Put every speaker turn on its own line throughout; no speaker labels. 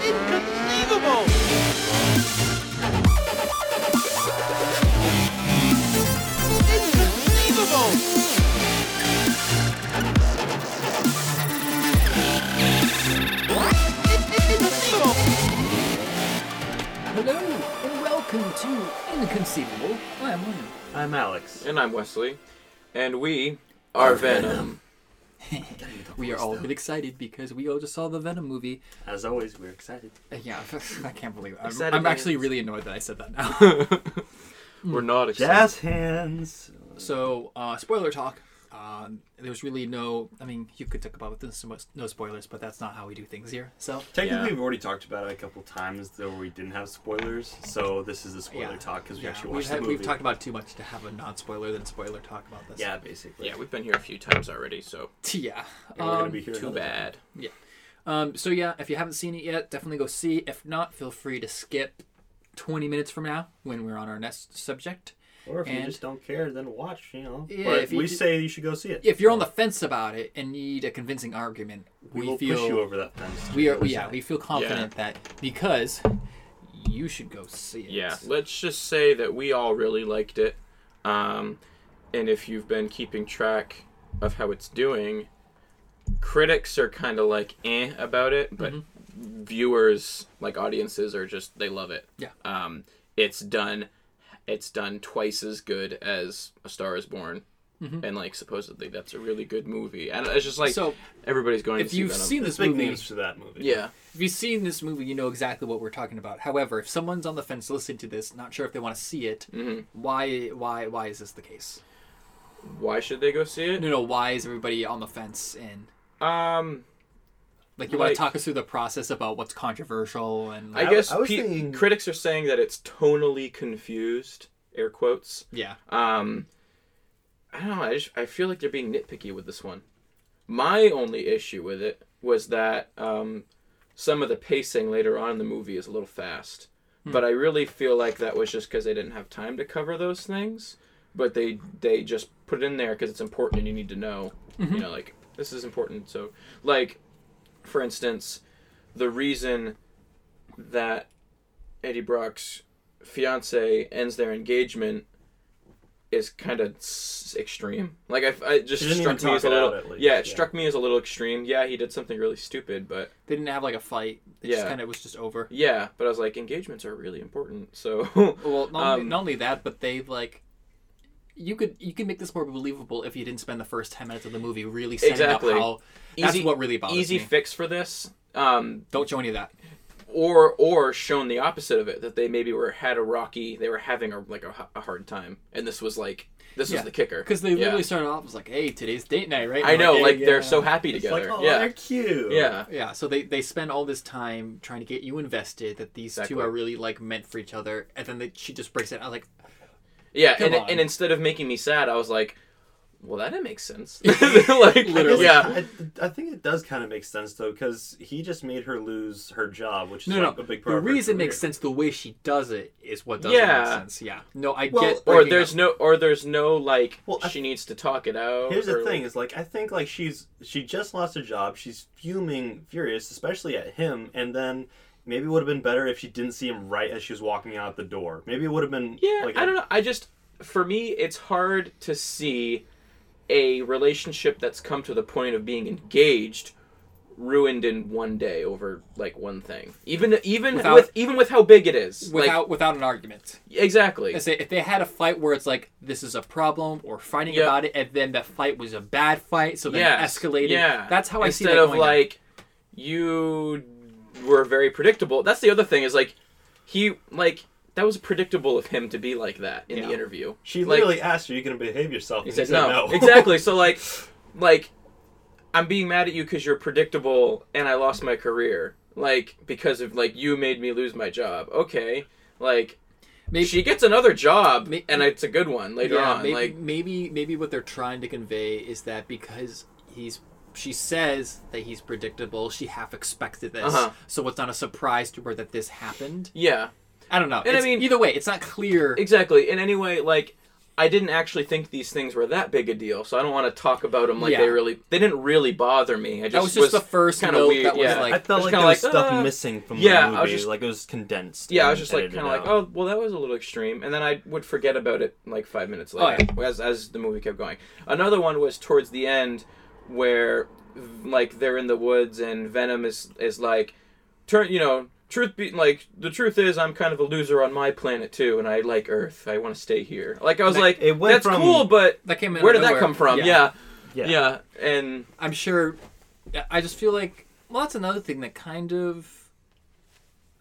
Inconceivable! Inconceivable! Inconceivable!
Hello and welcome to Inconceivable. I am William.
I'm Alex.
And I'm Wesley. And we are Venom.
We are all a bit excited because we all just saw the Venom movie.
As always, we're excited.
Uh, yeah, I can't believe it. I'm,
Excited
I'm actually
hands.
really annoyed that I said that now.
We're not excited.
Jazz hands.
so, uh, spoiler talk. Uh, there was really no. I mean, you could talk about this, so no spoilers, but that's not how we do things here. So,
Technically,
Yeah.
we've already talked about it a couple times, though we didn't have spoilers. So this is a spoiler
Yeah.
talk because we
yeah,
actually
we've,
watched
had-
the movie.
we've talked about it too much to have a non-spoiler than spoiler talk about this.
yeah, basically.
Yeah, we've been here a few times already, so
yeah.
And we're gonna
Um,
be here.
too
another time.
bad.
Um, so yeah, if you haven't seen it yet, definitely go see. If not, feel free to skip 20 minutes from now when we're on our next subject.
Or if you
And-
just don't care, then watch. You know.
Yeah,
but
if you
we
ju-
say you should go see it.
If you're on the fence about it and need a convincing argument,
we,
we,
will
feel
push you over that fence. to
we
the
are
other
yeah
side.
we feel confident that because you should go see it.
Yeah, let's just say that we all really liked it. Um, and if you've been keeping track of how it's doing, critics are kind of like eh about it, but viewers, like audiences, are just they love it.
Mm-hmm. Yeah.
uh,
Um, it's done. It's done twice as good as A Star Is Born. And like supposedly that's a really good movie, and it's just like
Mm-hmm. So,
everybody's going.
If
to see
you've
Venom.
seen this
Big
movie,
names for that movie.
yeah,
if you've seen this movie, you know exactly what we're talking about. However, if someone's on the fence listening to this, not sure if they want to see it,
Mm-hmm.
why why why is this the case?
why should they go see it?
No, no. Why is everybody on the fence and
Um,
Like you want
Like-
to talk us through the process about what's controversial and
I
I-
guess
I was
pe-
thinking-
critics are saying that it's tonally confused, air quotes.
yeah.
Um, I don't know. I just I feel like they're being nitpicky with this one. My only issue with it was that um, some of the pacing later on in the movie is a little fast,
Hmm.
but I really feel like that was just because they didn't have time to cover those things. But they they just put it in there because it's important and you need to know.
Mm-hmm.
You know, like this is important. So, like for instance, the reason that Eddie Brock's fiance ends their engagement is kind of s- extreme. Like I, I it just
She didn't
struck
even
me as a
talk it out,
little.
at least,
Yeah, it
yeah.
struck me as a little extreme. Yeah, he did something really stupid, but
They didn't have like a fight. It just
Yeah.
kind of was just over.
yeah. But I was like, engagements are really important. So
Well, not, only
Um,
not only that, but they like you could you could make this more believable if you didn't spend the first ten minutes of the movie really setting
Exactly.
up how that's what really bothers
easy
me.
fix for this. Um,
Don't show any of that.
or or shown the opposite of it that they maybe were had a rocky, they were having a like a, h- a hard time, and this was like this was the kicker
Because they literally
Yeah.
started off as like, "Hey, today's date night, right?"
I
And
know,
like,
like
yeah.
they're so happy
It's
together.
like, oh,
yeah,
they're cute.
yeah,
yeah. So they they spend all this time trying to get you invested that these
Exactly.
two are really like meant for each other, and then they, she just breaks it. I like,
yeah. And,
Come on.
and instead of making me sad, I was like, well, that didn't make sense. like
Literally.
yeah.
I, I think it does kind of make sense though, because he just made her lose her job, which is
No,
like
no.
a big part.
the
of her
reason
career.
makes sense. The way she does it is what doesn't make
Yeah.
sense. Yeah. No, I
Well,
get.
Or
breaking
there's
up.
no, or there's no like
Well, I-
she needs to talk it out.
Here's the
or,
thing:
like-
is like I think like she's she just lost her job. She's fuming, furious, especially at him. And then maybe it would have been better if she didn't see him right as she was walking out the door. Maybe it would have been
yeah,
Like
I
a-
don't know. I just, for me, it's hard to see a relationship that's come to the point of being engaged ruined in one day over like one thing. Even even
Without-
with even with how big it is.
without without an argument.
like, exactly.
I say if they had a fight where it's like this is a problem or fighting
Yeah.
about it, and then the fight was a bad fight, so then
Yes,
escalated.
Yeah,
That's how I see
Instead
that
of
going down.
like you were very predictable. That's the other thing is like he like that was predictable of him to be like that in
Yeah.
the interview.
She
like,
literally asked, "Are you going to behave yourself?"
he
And
said no. exactly. So like like I'm being mad at you because you're predictable and I lost my career. Like, because of, like, you made me lose my job. Okay. Like,
Maybe-
she gets another job
May-
and it's a good one later
yeah,
on.
Maybe,
like,
maybe maybe what they're trying to convey is that because he's she says that he's predictable, she half expected this,
Uh-huh.
so it's not a surprise to her that this happened.
yeah.
I don't know.
I
It's-
mean-
either way, it's not clear.
Exactly. And anyway, like I didn't actually think these things were that big a deal, so I don't want to talk about them like
Yeah.
they really they didn't really bother me. I just
was just the first
kind of
note
weird.
that was
yeah.
like- "Ah."
I felt
was
like
kinda
there was
like,
stuff
uh,
missing from
yeah, I
the movie.
was just-
like it was condensed.
yeah, I was
and
just like
edited
kind of like,
out.
oh, well, that was a little extreme, and then I would forget about it like five minutes
Oh,
later as as the movie kept going. Another one was towards the end where like they're in the woods and Venom is is like turn you know truth be like the truth is I'm kind of a loser on my planet too, and I like Earth. I want to stay here. Like I was like,
it went
that's
from-
cool, but
That came out
where
of
did that
nowhere.
come from?
Yeah.
Yeah. yeah,
Yeah.
and
I'm sure. I just feel like well, that's another thing that kind of.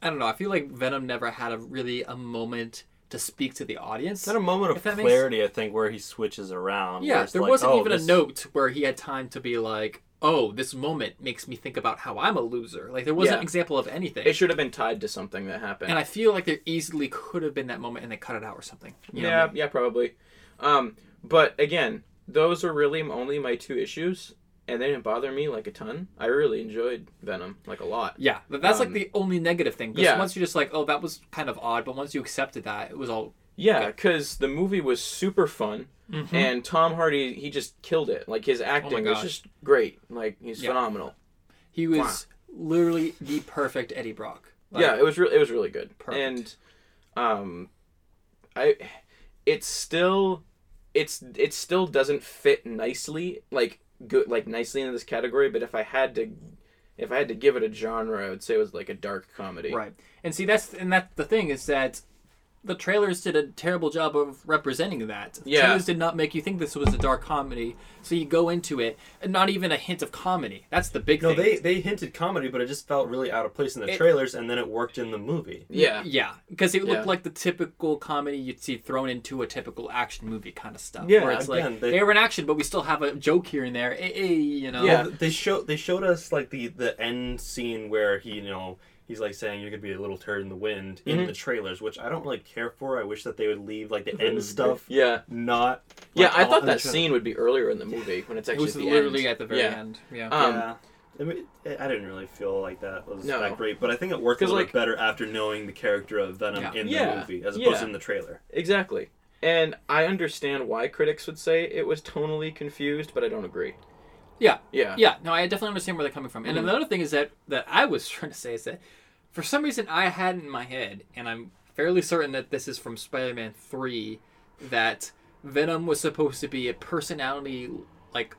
I don't know. I feel like Venom never had a really a moment to speak to the audience.
Then a moment of
If that makes-
clarity, I think, where he switches around.
Yeah,
where it's
there
like,
wasn't
oh,
even
this-
a note where he had time to be like, "Oh, this moment makes me think about how I'm a loser." Like there wasn't
Yeah.
an example of anything.
it should have been tied to something that happened.
and I feel like there easily could have been that moment, and they cut it out or something. You know what I
yeah,
mean?
yeah, probably. Um, but again, those are really only my two issues, and they didn't bother me like a ton. I really enjoyed Venom like a lot.
yeah. But that's
Um,
like the only negative thing. Because
yeah.
once you're just like, "Oh, that was kind of odd," but once you accepted that, it was all
Yeah, because the movie was super fun, and Tom Hardy he just killed it. Like his acting was
Mm-hmm. Oh gosh.
just great. Like he's
Yeah.
phenomenal.
he was literally the perfect Eddie Brock. Like,
yeah, it was really it was really good.
Perfect.
And um I it's still it's it still doesn't fit nicely like good like nicely into this category, but if I had to if I had to give it a genre, I would say it was like a dark comedy.
Right. And see, that's and that's the thing is that the trailers did a terrible job of representing that. The
Yeah.
Trailers did not make you think this was a dark comedy, so you go into it and not even a hint of comedy. That's the big
No,
thing.
they they hinted comedy, but it just felt really out of place in the
It-
trailers, and then it worked in the movie.
Yeah.
Yeah, because it looked
Yeah.
like the typical comedy you'd see thrown into a typical action movie kind of stuff.
Yeah,
where it's
again,
like
they-
they... were in action, but we still have a joke here and there. Eh, eh, you know.
Yeah.
Well, Uh, they show they showed us like the the end scene where he you know he's like saying you're gonna be a little turd in the wind
Mm-hmm.
in the trailers, which I don't really care for. I wish that they would leave like the end stuff.
Yeah.
Not.
Yeah,
like,
I
all
thought
in the
that
trailer.
scene would be earlier in the movie when it's
It
actually
was
the
literally
end.
at the very
Yeah.
end. Yeah.
Um,
yeah. I, mean, eh, I didn't really feel like that was
No.
that great, but I think it worked a
'Cause,
little
like-
bit better after knowing the character of Venom
Yeah.
in
Yeah.
the movie as
Yeah.
opposed to in the trailer.
Exactly. And I understand why critics would say it was tonally confused, but I don't agree.
Yeah.
Yeah. Mm-hmm.
Yeah. No, I definitely understand where they're coming from. And another thing is that that I was trying to say is that for some reason I had in my head, and I'm fairly certain that this is from Spider-Man Three, that Venom was supposed to be a personality like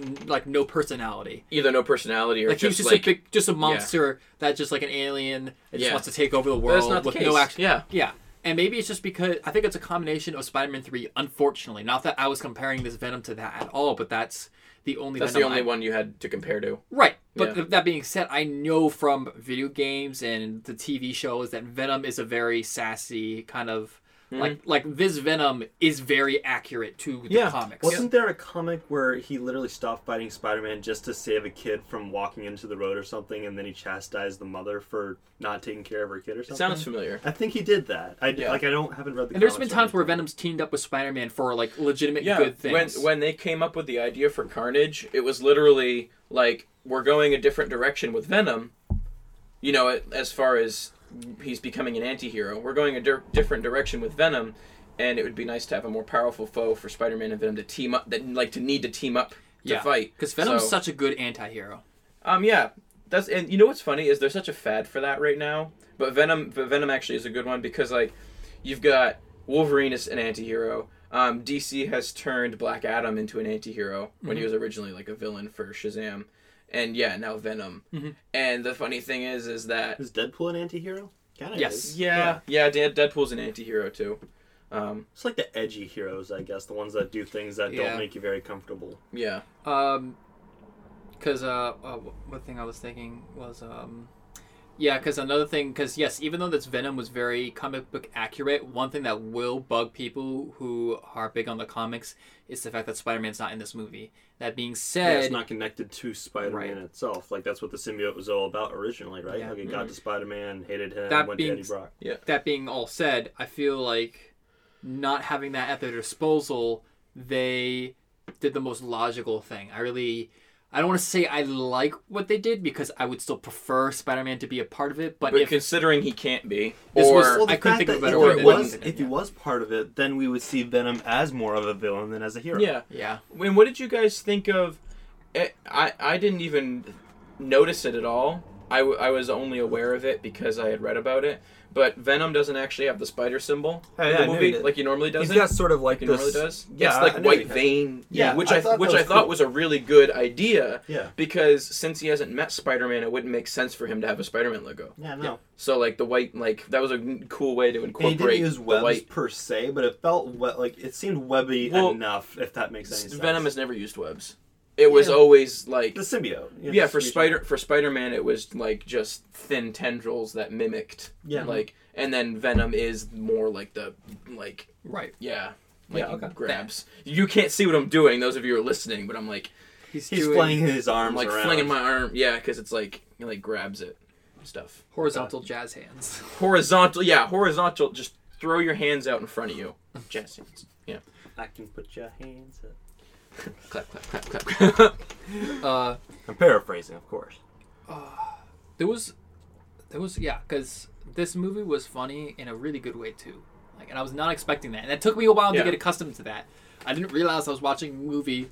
n- like no personality.
Either no personality or
Like he was
just,
just
like
a big, just a monster that just like an alien that just
Yeah.
wants to take over the world
that's not the
with
case.
no action.
Yeah.
Yeah. And maybe it's just because I think it's a combination of Spider-Man 3, unfortunately. Not that I was comparing this Venom to that at all, but that's the only
That's the
Venom
only
I
one you had to compare to.
Right. But
Yeah.
th- that being said, I know from video games and the TV shows that Venom is a very sassy kind of
Hmm?
like like this Venom is very accurate to the
Yeah.
comics.
Wasn't there a comic where he literally stopped fighting Spider-Man just to save a kid from walking into the road or something, and then he chastised the mother for not taking care of her kid or something?
It sounds familiar.
I think he did that. I like. I don't haven't read the.
and there's been
comics or
times where
anything.
Venom's teamed up with Spider-Man for like legitimate
Yeah.
good
when
things.
when they came up with the idea for Carnage, it was literally like we're going a different direction with Venom. You know, it- as far as he's becoming an anti-hero, we're going a di- different direction with Venom, and it would be nice to have a more powerful foe for Spider-Man and Venom to team up. That like to need to team up to fight
because Venom's
So-
such a good anti-hero.
Um, yeah, that's and you know what's funny is there's such a fad for that right now. But Venom, but Venom actually is a good one because like, you've got Wolverine is an antihero. Um, DC has turned Black Adam into an antihero when he was originally like a villain for Shazam, and yeah, now Venom. And the funny thing is, is that
Is Deadpool an anti-hero? Kind of.
Yes.
Is.
yeah, yeah, Dan Deadpool's an antihero too. Um,
It's like the edgy heroes, I guess, the ones that do things that
Yeah.
don't make you very comfortable.
yeah,
Um, because uh, uh, one thing I was thinking was um, Yeah, because another thing, because yes, even though this Venom was very comic book accurate, one thing that will bug people who are big on the comics is the fact that Spider Man's not in this movie. That being
Yeah,
said,
it's not connected to Spider-Man
Right.
itself. Like that's what the symbiote was all about originally, right? Like it
Mm-hmm.
got to Spider-Man, hated him,
That
went
being
to Eddie
s-
Brock.
Yeah.
that being all said, I feel like not having that at their disposal, they did the most logical thing. I really, I don't want to say I like what they did because I would still prefer Spider Man to be a part of it, but,
But
if
considering he can't be,
This
or
was-
Well, the
I couldn't think
fact
of a
that
better
if
way
he
to
was-
put it,
If he
yeah.
was part of it, then we would see Venom as more of a villain than as a hero.
yeah,
yeah,
And what did you guys think of? I I, I didn't even notice it at all. I, w- I was only aware of it because I had read about it. But Venom doesn't actually have the spider symbol
Oh,
in
yeah, I
the
knew
movie
he did.
like he normally does.
He's
it.
got sort of like
like it
this.
normally does.
Yeah,
it's like
I knew he did.
white vein.
Yeah,
which
I
I,
thought
which
that
I
was
thought
cool.
was a really good idea.
Yeah.
Because since he hasn't met Spider-Man, it wouldn't make sense for him to have a Spider-Man logo.
Yeah, no.
So like the white, like that was a n- cool way to
And he
incorporate
didn't use
the
webs
white.
per se, but it felt we- like it seemed webby
Well,
enough. If that makes any sense.
Venom has never used webs. It was always like
the symbiote. you know,
yeah for
usually.
spider for spider-man it was like just thin tendrils that mimicked
Yeah.
like and then venom is more like the like
right.
yeah like
Yeah, okay.
grabs you can't see what i'm doing those of you who are listening but i'm like
He's
doing
flinging his
i'm
arms
like
around.
flinging my arm yeah because it's like it, like grabs it and stuff
horizontal jazz hands.
horizontal yeah horizontal just throw your hands out in front of you jazz hands yeah
I can put your hands up.
clap clap clap clap clap
Uh,
I'm paraphrasing, of course.
there was there was yeah because this movie was funny in a really good way too like and i was not expecting that and it took me a while
Yeah.
to get accustomed to that i didn't realize i was watching a movie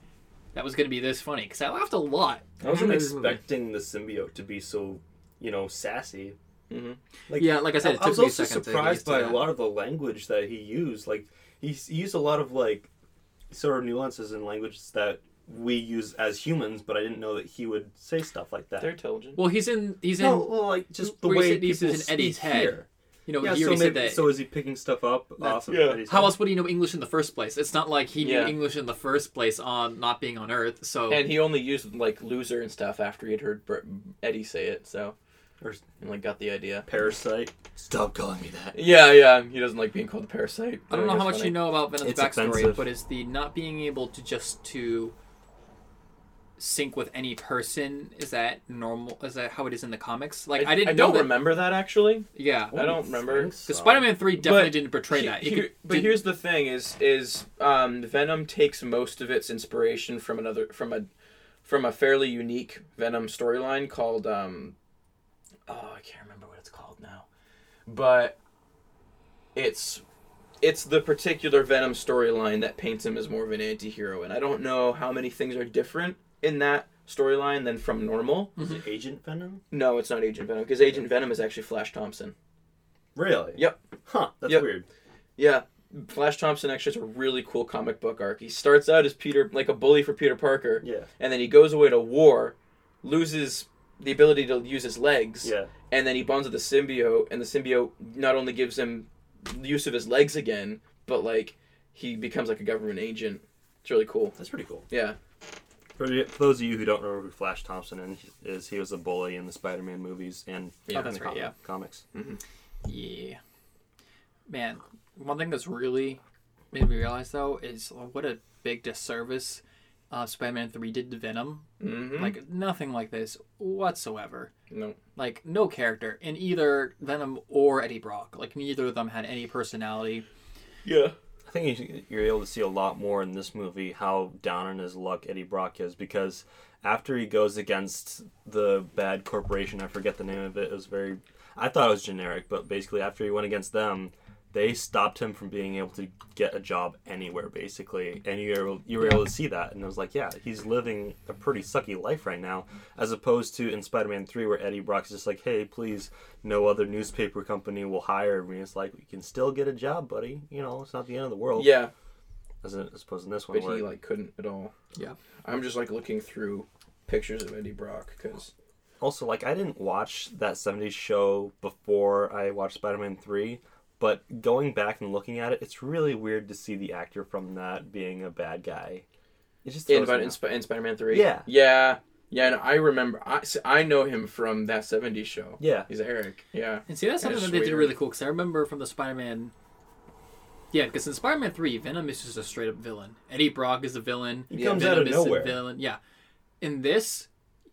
that was going to be this funny because i laughed a lot
I wasn't
at this movie.
expecting the symbiote to be so, you know, sassy.
Mhm.
Like,
Mm-hmm. Yeah, like I said, it
I,
took
was
me a
also
second to get
surprised
used to
by
that.
a lot of the language that he used. Like he, s- he used a lot of like sort of nuances in language that we use as humans, but I didn't know that he would say stuff like that.
they're intelligent
well he's in he's in
no, well, like just the
where he
way
said he
people
uses
speak
in Eddie's head.
here.
you know
Yeah,
he
so,
already said
maybe,
that
so is he picking stuff up off of
yeah.
Eddie's
how
head?
else would he know english in the first place it's not like he
Yeah.
knew english in the first place on not being on earth so
and he only used like loser and stuff after he'd heard Br- eddie say it so
Or
and like got the idea.
parasite?
Stop calling me that.
Yeah, yeah. He doesn't like being called a parasite.
I don't know how much you know about Venom's
It's
backstory,
offensive.
but it's the not being able to just to sync with any person. Is that normal? Is that how it is in the comics? Like I, didn't
I
know
don't
that-
remember that actually.
Yeah,
I don't remember.
because Spider-Man Three definitely didn't portray
he-
that. It
he-
could-
but
did-
here's the thing: is is um, Venom takes most of its inspiration from another from a from a fairly unique Venom storyline called um, oh I can't remember what it's called now, but it's it's the particular Venom storyline that paints him as more of an anti-hero. and I don't know how many things are different in that storyline than from normal.
Hmm.
Is
Mm-hmm.
it Agent Venom?
No, it's not Agent Venom because Agent Venom is actually Flash Thompson.
Really?
Yep.
Huh. That's
Yep.
weird.
Yeah. Flash Thompson actually has a really cool comic book arc. He starts out as Peter, like a bully for Peter Parker.
Yeah.
And then he goes away to war, loses the ability to use his legs.
Yeah.
And then he bonds with the symbiote, and the symbiote not only gives him the use of his legs again, but like he becomes like a government agent. It's really cool.
That's pretty cool.
Yeah.
For, the- for those of you who don't remember who Flash Thompson and- is, he was a bully in the Spider-Man movies and
Yeah.
Oh, that's
in the
right, yeah.
comics.
yeah, man. One thing that's really made me realize though is what a big disservice uh, Spider-Man Three did to Venom.
Mm-hmm.
Like nothing like this whatsoever.
no.
like no character in either Venom or Eddie Brock. Like neither of them had any personality.
Yeah.
I think you- you're able to see a lot more in this movie how down on his luck Eddie Brock is because after he goes against the bad corporation, I forget the name of it. It was very, I thought it was generic, but basically after he went against them, they stopped him from being able to get a job anywhere basically, and you were, you were able to see that, and it was like, yeah, he's living a pretty sucky life right now, as opposed to in Spider-Man Three where Eddie Brock's just like, hey, please, no other newspaper company will hire me. It's like you can still get a job, buddy. You know, it's not the end of the world
Yeah.
as, in- as opposed to this one.
But he
where-
like couldn't at all.
Yeah.
I'm just like looking through pictures of Eddie Brock because
also, like I didn't watch that '70s show before I watched Spider-Man Three, but going back and looking at it, it's really weird to see the actor from that being a bad guy. It just
in,
throws me
in,
off.
Sp- in Spider-Man Three.
Yeah.
Yeah. Yeah, and I remember. I see, I know him from that '70s show.
Yeah.
he's Eric. Yeah,
And see, that's
Kinda
something that they did
sweet.
really cool because I remember from the Spider-Man. Yeah, because in Spider-Man Three, Venom is just a straight-up villain. Eddie Brock is a villain.
He comes
Venom
out of
is a
nowhere.
Villain. Yeah. In this,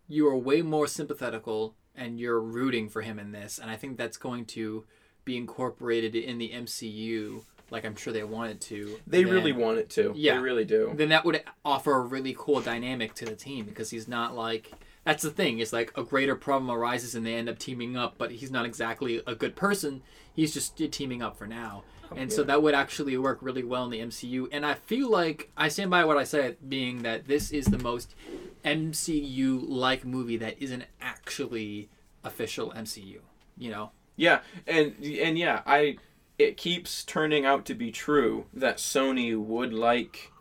you are way more sympathetical and you're rooting for him in this, and I think that's going to be incorporated in the MCU, like I'm sure they wanted to.
they
Then-
really want it to.
Yeah.
they really do.
Then that would offer a really cool dynamic to the team because he's not like. That's the thing. It's like a greater problem arises and they end up teaming up, but he's not exactly a good person. He's just teaming up for now. And so that would actually work really well in the MCU. And I feel like I stand by what I said, being that this is the most MCU like movie that isn't actually official MCU. You know?
Yeah, and and yeah, I it keeps turning out to be true that Sony would like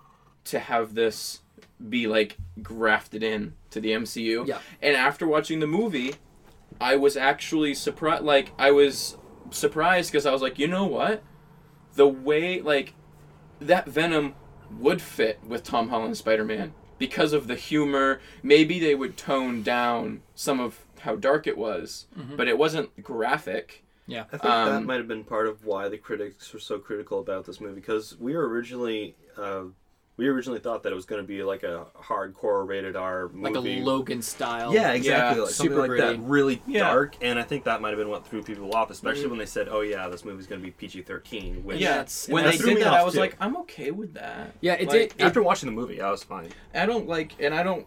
to have this be like grafted in to the MCU.
Yeah.
And after watching the movie, I was actually surprised like I was surprised cuz I was like, "You know what? The way like that Venom would fit with Tom Holland's Spider-Man because of the humor. Maybe they would tone down some of how dark it was, but it wasn't graphic.
Yeah.
I think
Um,
that might have been part of why the critics were so critical about this movie because we were originally uh, we originally thought that it was going to be like a hardcore rated R movie.
Like a Logan style.
Yeah, exactly.
Yeah,
like, something
super
like that,
gritty.
really
Yeah.
dark. And I think that might have been what threw people off, especially
Mm.
when they said, "Oh yeah, this movie's going to be PG 13 Which
Yeah,
that's- and
when
that
they
threw
did
me
that, I
off,
was
too.
like, I'm okay with that.
Yeah, it
Like,
did. It,
After watching the movie, I was fine.
I don't like, and I don't.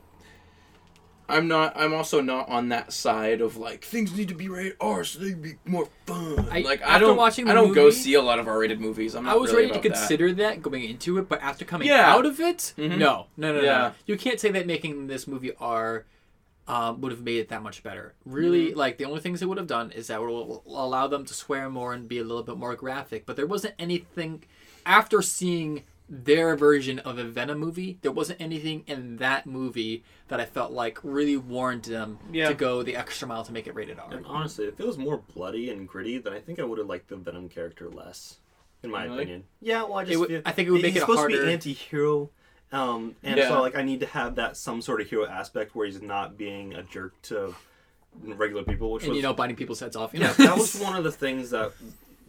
I'm not. I'm also not on that side of like things need to be rated R so they'd be more fun.
I-
like I
after
don't.
watching the
I don't go
movie,
see a lot of R-rated movies. I'm not
I was
really
ready to
about that.
consider that. going into it, but after coming
Yeah. Mm-hmm.
out of it, no, no, no,
Yeah.
no. You can't say that making this movie R um, would have made it that much better. Really,
Mm-hmm.
like the only things it would have done is that would will allow them to swear more and be a little bit more graphic. But there wasn't anything after seeing their version of a Venom movie. There wasn't anything in that movie that I felt like really warranted them
Yeah.
to go the extra mile to make it rated R.
And honestly, if it was more bloody and gritty, then I think I would have liked the Venom character less, in my
Really?
opinion. Yeah, well, I just
would-
feel-
I think it would
he's
make it
supposed to
harder.
be anti-hero, um, and
Yeah.
so like I need to have that some sort of hero aspect where he's not being a jerk to regular people, which
And
was
you know, biting people's heads off. You know,
that was one of the things that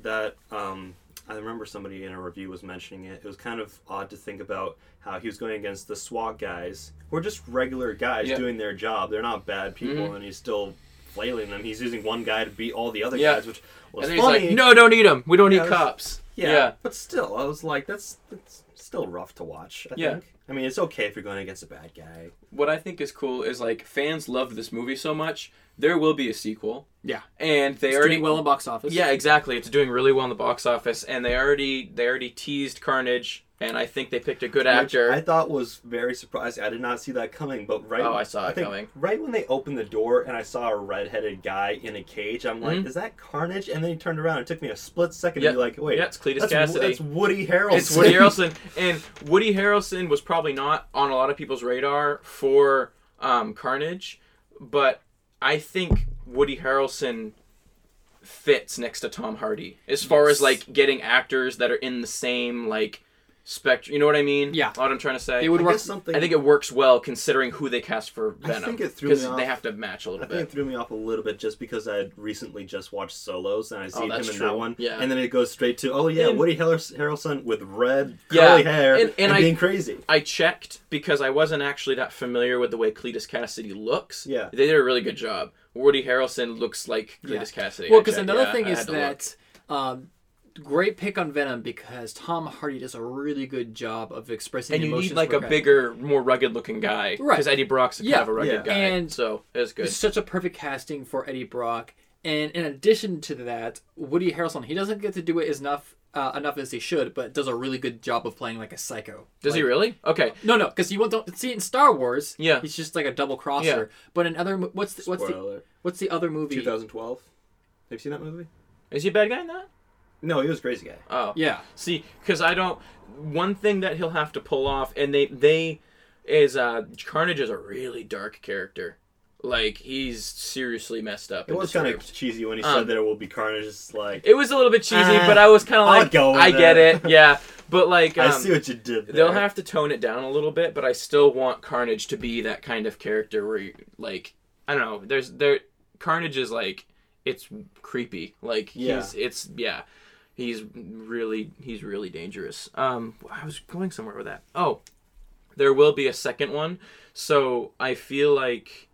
that um, I remember somebody in a review was mentioning it. It was kind of odd to think about how he was going against the SWAT guys, who are just regular guys
Yeah. Mm-hmm.
doing their job. They're not bad people, and he's still flailing them. He's using one guy to beat all the other
Yeah.
guys, which was
And then he's
funny.
like, "No, don't need them. We don't
Yeah,
need
that's-
cops."
yeah,
yeah.
but still, I was like, that's that's still rough to watch. I
Yeah.
think. I mean, it's okay if you're going against a bad guy.
what I think is cool is like fans love this movie so much, there will be a sequel,
yeah,
and they
it's
already
doing well in box office.
yeah, exactly. It's doing really well in the box office, and they already they already teased Carnage, and I think they picked a good
which
actor.
I thought was very surprising. I did not see that coming, but right.
Oh, I saw it
think
coming.
Right when they opened the door and I saw a redheaded guy in a cage, I'm like, "Is that Carnage?" And then he turned around. It took me a split second
Mm-hmm. Yeah.
to be like, "Wait,
Yeah, it's Cletus
that's,
Cassidy.
That's Woody Harrelson.
It's Woody Harrelson, and Woody Harrelson was probably not on a lot of people's radar for um, Carnage, but I think Woody Harrelson fits next to Tom Hardy as far as like getting actors that are in the same like spectrum. You know what I mean?
Yeah.
What I'm trying to say.
It would
I
work.
guess something.
I think it works well considering who they cast for Venom.
think it threw me
because
off.
they have to match a
I
little
think it
bit.
threw me off a little bit just because I had recently just watched Solos and I seen him in
Oh, that's
that
true.
one,
Yeah.
and then it goes straight to oh yeah,
And-
Woody Har- Harrelson with red
Yeah,
curly hair
and-
and,
and I-
being crazy.
I checked because I wasn't actually that familiar with the way Cletus Cassidy looks.
Yeah.
They did a really good job. Woody Harrelson looks like Cletus Cassidy.
Well,
I
because
checked.
another
Yeah,
thing
I
is
had to look.
that um, great pick on Venom because Tom Hardy does a really good job of expressing
and
the
you
emotions.
need like
for
a
Venom.
bigger, more rugged looking guy,
Right.
Because Eddie Brock's
Yeah.
kind of a rugged
Yeah.
guy,
And-
so it was good.
It's such a perfect casting for Eddie Brock. And in addition to that, Woody Harrelson he doesn't get to do it as enough uh, enough as he should, but does a really good job of playing like a psycho.
Does he really? Okay,
No, no, because you won't don't see it in Star Wars.
Yeah.
he's just like a double crosser. But in other, mo- what's the, what's
Spoiler
the
alert.
what's the other movie?
2012. Have you seen that movie?
is he a bad guy in that?
No, he was a crazy guy.
Oh,
Yeah,
See, because I don't. One thing that he'll have to pull off, and they they is uh Carnage is a really dark character. Like he's seriously messed up.
It
in
was
the
kind of
script.
cheesy when he
Um,
said that it will be carnage. It's like
It was a little bit cheesy,
Uh,
but I was kind of
I'll
like,
go with
I get
it.
it, yeah. But like,
I
um,
see what you did. There.
they'll have to tone it down a little bit, but I still want Carnage to be that kind of character where, you, like, I don't know. There's there, Carnage is like, it's creepy. Like he's it's yeah, he's really he's really dangerous. Um, I was going somewhere with that. Oh, there will be a second one, so I feel like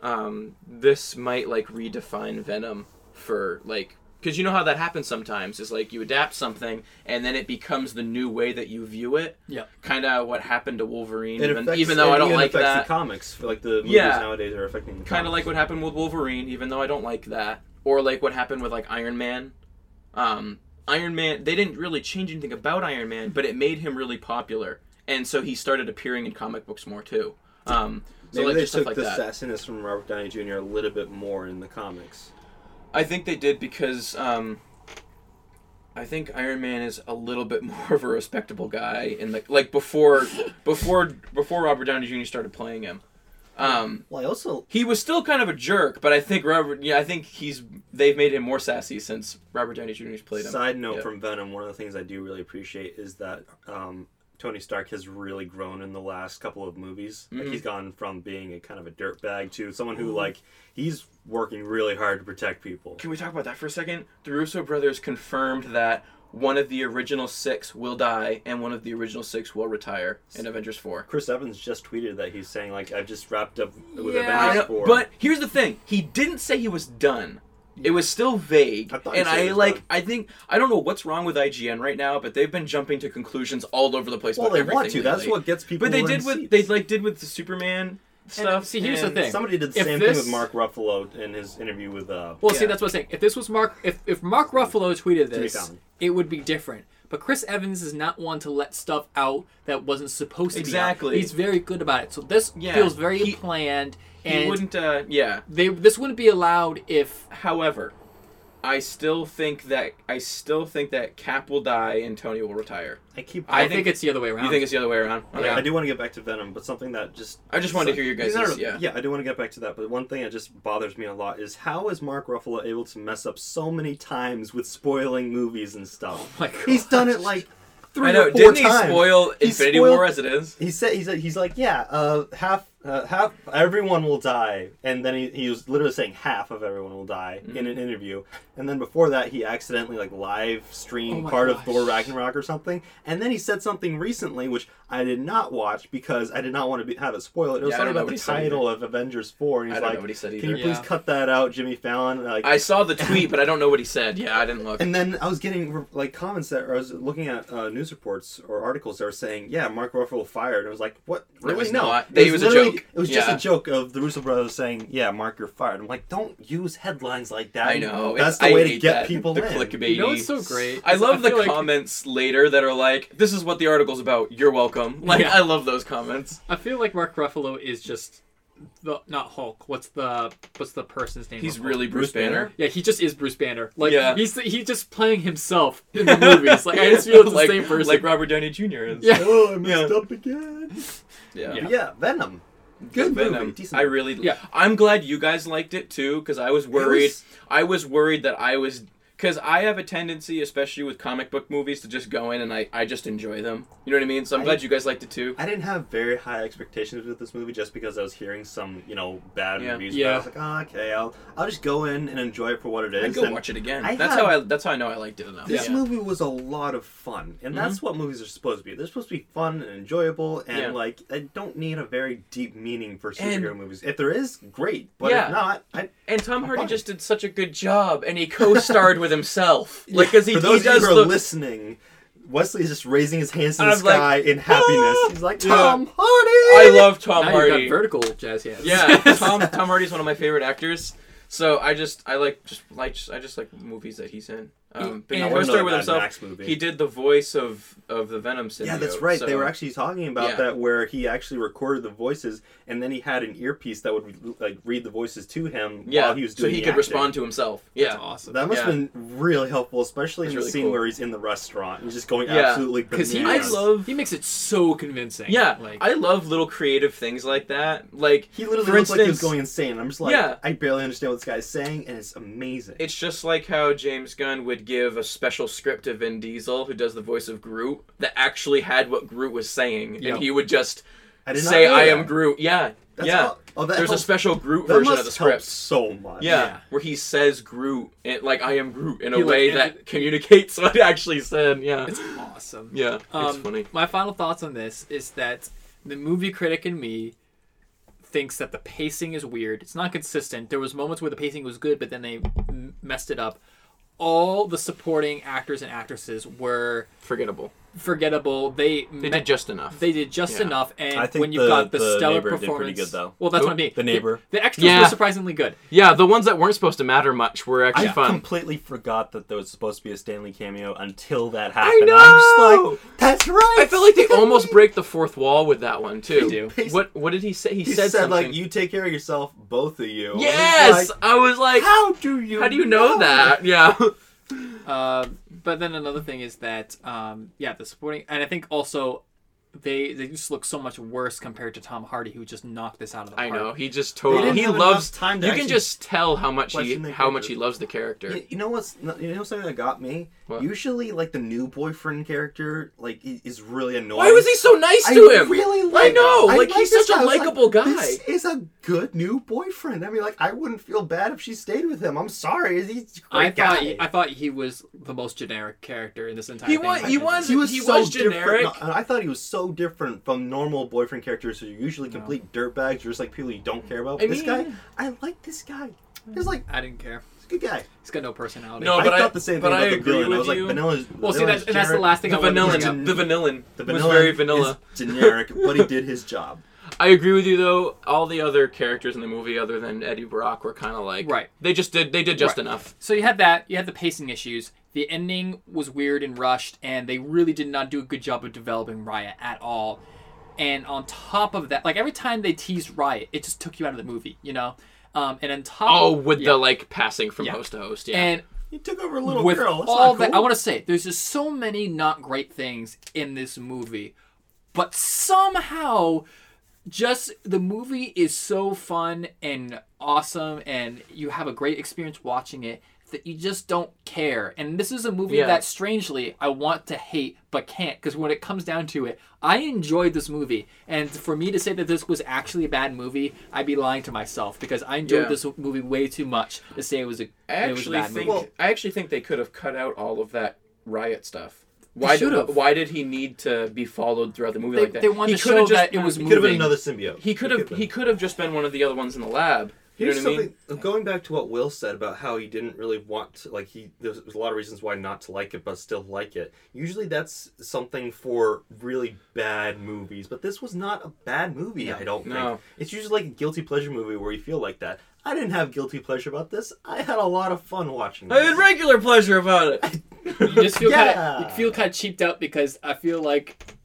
um, this might like redefine Venom for like because you know how that happens sometimes is like you adapt something and then it becomes the new way that you view it.
Yep.
Kind of what happened to Wolverine,
It
even,
affects-
even though
it
I don't
even
like
affects
that.
The comics, like the movies
Yeah.
nowadays are affecting the.
kind of like
comics.
what happened with Wolverine, even though I don't like that, or like what happened with like Iron Man. Um, Iron Man, they didn't really change anything about Iron Man, but it made him really popular, and so he started appearing in comic books more too. Um, so
Maybe
like
they
just stuff
took
like
the
that.
sassiness from Robert Downey Jr. a little bit more in the comics.
I think they did because um, I think Iron Man is a little bit more of a respectable guy, and like like before before before Robert Downey Jr. started playing him. Um,
Well, I also
he was still kind of a jerk, but I think Robert. Yeah, I think he's. They've made him more sassy since Robert Downey Jr.'s played him.
Side note
Yeah.
from Venom, one of the things I do really appreciate is that um, Tony Stark has really grown in the last couple of movies. Like
Mm-hmm.
he's gone from being a kind of a dirtbag to someone who like he's working really hard to protect people.
Can we talk about that for a second? The Russo brothers confirmed that one of the original six will die, and one of the original six will retire in Avengers Four.
Chris Evans just tweeted that he's saying like I've just wrapped up with
Yeah.
I
Avengers
know,
4.
but here's the thing: he didn't say he was done. It was still vague,
I thought he
and
said he
I
was
like.
done.
I think I don't know what's wrong with IGN right now, but they've been jumping to conclusions all over the place.
Well,
about
they want
everything
to. That's
lately.
what gets people
But they
in
did with
seats.
they like did with the Superman stuff.
see, here's the
and-
thing.
somebody did the
If
same
this-
thing with Mark Ruffalo in his interview with uh,
Well, see,
Yeah.
that's what I'm saying. If this was Mark, if, if Mark Ruffalo tweeted
Jimmy
this,
Fallon.
it would be different. But Chris Evans is not one to let stuff out that wasn't supposed to be.
Exactly.
out. He's very good about it. So this
Yeah,
feels very
he-
planned,
He
and
wouldn't. Uh, yeah.
they this wouldn't be allowed if
However, I still think that I still think that Cap will die and Tony will retire.
I keep
I,
I
think,
think-
it's the other way around.
You think it's the other way around? Okay.
I do want to get back to Venom, but something that just
I just wanted to hear your guys'
No, no, no.
yeah.
I do want to get back to that, but one thing that just bothers me a lot is how is Mark Ruffalo able to mess up so many times with spoiling movies and stuff?
my
he's done it like three
Oh I know.
or four
Didn't
times.
he spoil
He
Infinity
spoiled-
War as it is?
He said he said he's like yeah, uh, half uh, half everyone will die, and then he, he was literally saying half of everyone will die
Mm-hmm.
in an interview, and then before that he accidentally like live streamed
Oh
my
part of
gosh.
Thor Ragnarok or something, and then he said something recently which I did not watch because I did not want to be, have it spoiled. It was
Yeah, I
something
don't know
about
what
the
he said
title of Avengers Four, and he's
I don't
like,
know what he said
"Can you
either."
please
Yeah.
cut that out, Jimmy Fallon?" Like,
I saw the tweet, but I don't know what he said. Yeah, I didn't look.
and then I was getting like comments that or I was looking at uh, news reports or articles that were saying, "Yeah, Mark Ruffalo fired." And I was like, "What? Really?
was
no,
not.
It
They- it was a
literally-
joke.
It was just
Yeah.
a joke of the Russo brothers saying, "Yeah, Mark, you're fired." I'm like, "Don't use headlines like that."
I know.
That's
it's-
the
I
way to
hate
get
that,
people
the
in.
clickbait.
you know what's so great?
I
is
love the
feel like-
comments later that are like, "This is what the article's about. You're welcome." Like,
Yeah.
I love those comments.
I feel like Mark Ruffalo is just the not Hulk. What's the what's the person's name?
He's
Uh-huh.
from Hulk?
really Bruce, Banner.
Yeah, he just is Bruce Banner. Like
Yeah.
he's he's just playing himself in the movies. Like I just feel it's the
like,
same person.
like Robert Downey Jr. is.
Yeah.
Oh, I messed
Yeah.
up again.
yeah.
Yeah.
Yeah, Venom. Good
Venom.
movie. Decent.
I really.
Yeah.
I'm glad you guys liked it too, because I was worried. I was worried that I was. Because I have a tendency, especially with comic book movies, to just go in and I, I just enjoy them. You know what I mean? So I'm glad you guys liked it too.
I didn't have very high expectations with this movie just because I was hearing some, you know, bad
Yeah.
reviews.
Yeah.
Yeah. I was like, oh, okay, I'll, I'll just go in and enjoy it for what it is.
I go
and
watch it again.
I
that's
had-
how I. That's how I know I liked it enough.
This
yeah. Mhm.
movie was a lot of fun, and that's what movies are supposed to be. They're supposed to be fun and enjoyable, and
Yeah.
like I don't need a very deep meaning for
And-
superhero movies. If there is, great, but
Yeah.
if not, I.
And Tom Hardy
fine.
just did such a good job, and he co-starred with himself. Like, because he,
for
he
those
does
of you who are
the.
listening, Wesley is just raising his hands to
I'm
the sky
like,
in happiness.
"Ah!"
He's like,
Yeah.
Tom
I
Hardy.
love Tom
now
Hardy.
you've got vertical jazz hands.
Yeah, Tom Tom Hardy's one of my favorite actors. So I just I like just like I just like movies that he's in. Um, but
and- I
he first
wanna know that
started with
Mad
himself.
Max movie.
He did the voice of of the Venom symbiote.
Yeah, that's right. they
so-
were actually talking about
Yeah.
that where he actually recorded the voices and then he had an earpiece that would like read the voices to him
yeah.
while he was doing
so he
the
could
acting.
respond to himself. Yeah,
That's awesome.
That must have
Yeah.
been really helpful, especially in
That's
the
really
scene
cool.
where he's in the restaurant and just going
Yeah,
absolutely
because he
I
bananas.
makes,
love-
he makes it so convincing.
Yeah,
like
I love little creative things like that. Like
He literally
for
looks like he was
instance-
going insane. I'm just like,
Yeah.
I barely understand what this guy's saying, and it's amazing.
It's just like how James Gunn would give a special script to Vin Diesel, who does the voice of Groot, that actually had what Groot was saying,
Yep.
and he would just
I did not
say,
know
"I
that.
am Groot." Yeah,
That's
yeah.
all- oh, that
There's
helps-
a special Groot
that
version of
must
the
help
script.
so much.
Yeah,
Yeah.
where he says Groot, and, like "I am Groot" in a
He, like,
way that
enter-
communicates what he actually said. Yeah,
it's awesome.
yeah, it's
Um,
funny.
My final thoughts on this is that the movie critic in me thinks that the pacing is weird. It's not consistent. There was moments where the pacing was good, but then they m- messed it up. All the supporting actors and actresses were
Forgettable.
forgettable. They
They
me-
did just enough.
They did just
Yeah.
enough, and
I think
when you've
the-
got the,
the
stellar
neighbor did pretty
performance,
good, though.
Well, that's
Who?
what I mean.
The neighbor.
the, the extras
Yeah.
were surprisingly good.
yeah, the ones that weren't supposed to matter much were actually
I
fun.
completely forgot that there was supposed to be a Stanley cameo until that happened. I'm
know!
just like, that's right.
I felt like they almost break the fourth wall with that one too.
They
do.
What What did he say? He,
He
said,
said,
something.
like, you take care of yourself, both of you. And it's
Yes,
like,
I was like, how,
how do you
do you know that? Yeah,
Uh, but then another thing is that um, yeah, the supporting and I think also they they just look so much worse compared to Tom Hardy who just knocked this out of the
I
park.
know. He just
They
totally
didn't
he
have
loves.
enough time to
you can
actually
just tell how much he
question their
how much
characters.
he loves the character.
You, you know what's you know something that got me? Usually, like the new boyfriend character, like i- is really annoying.
Why was he so nice
I
to him?
Really
I
like
know.
him. I
like he's
this
such a
guy. I was like,
likable guy.
This is a good new boyfriend. I mean, like I wouldn't feel bad if she stayed with him. I'm sorry. He's a
I
great
thought
guy.
he, I thought he was the most generic character in this entire
He
thing.
was- he was-
he was
he
so
was
different.
generic.
No, and I thought he was so different from normal boyfriend characters who are usually complete dirtbags or just like people you don't care about.
I
this
mean-
guy, I like this guy. He's like
I didn't care.
he's a good guy.
He's got no personality.
No,
I
but I-
thought the same
but
thing
I
about the
agree
villain. I
with
was like
you.
vanilla.
well, see, that's,
vanilla is
and that's the
generic.
last thing
The
I wanted to bring
vanilla-
up.
vanillin, the vanillin,
The
was
vanilla
very vanilla.
Is generic, but he did his job.
I agree with you though. All the other characters in the movie, other than Eddie Brock, were kind of like
Right.
They just did they did just
Right.
enough.
So you had that. You had the pacing issues. The ending was weird and rushed, and they really did not do a good job of developing Riot at all. And on top of that, like every time they teased Riot, it just took you out of the movie, you know. Um, and on top,
Oh, with
yeah.
the like passing from
Yeah.
host to host. Yeah.
and
He took over a little
with
girl. That's
all
not
that, I
cool.
want to say there's just so many not great things in this movie, but somehow, just the movie is so fun and awesome, and you have a great experience watching it that you just don't care. And this is a movie
Yeah.
that strangely I want to hate but can't because when it comes down to it, I enjoyed this movie. And for me to say that this was actually a bad movie, I'd be lying to myself because I enjoyed
Yeah.
this movie way too much to say it was a
I
it was a
actually
bad
think
movie.
I actually think they could have cut out all of that riot stuff. Why did
should've.
why did he need to be followed throughout the movie
They-
like that?
they wanted
he
to
could
show
have just,
that it was
he
He could have been
moving.
another symbiote.
He could have he could have just been one of the other ones in the lab. You
Here's
know what I mean?
something. Going back to what Will said about how he didn't really want to, like he there was a lot of reasons why not to like it, but still like it. Usually that's something for really bad movies, but this was not a bad movie. I don't
No.
think it's usually like a guilty pleasure movie where you feel like that. I didn't have guilty pleasure about this. I had a lot of fun watching. This.
I had regular pleasure about it.
you just feel
Yeah.
kind of you feel kind of cheaped out because I feel like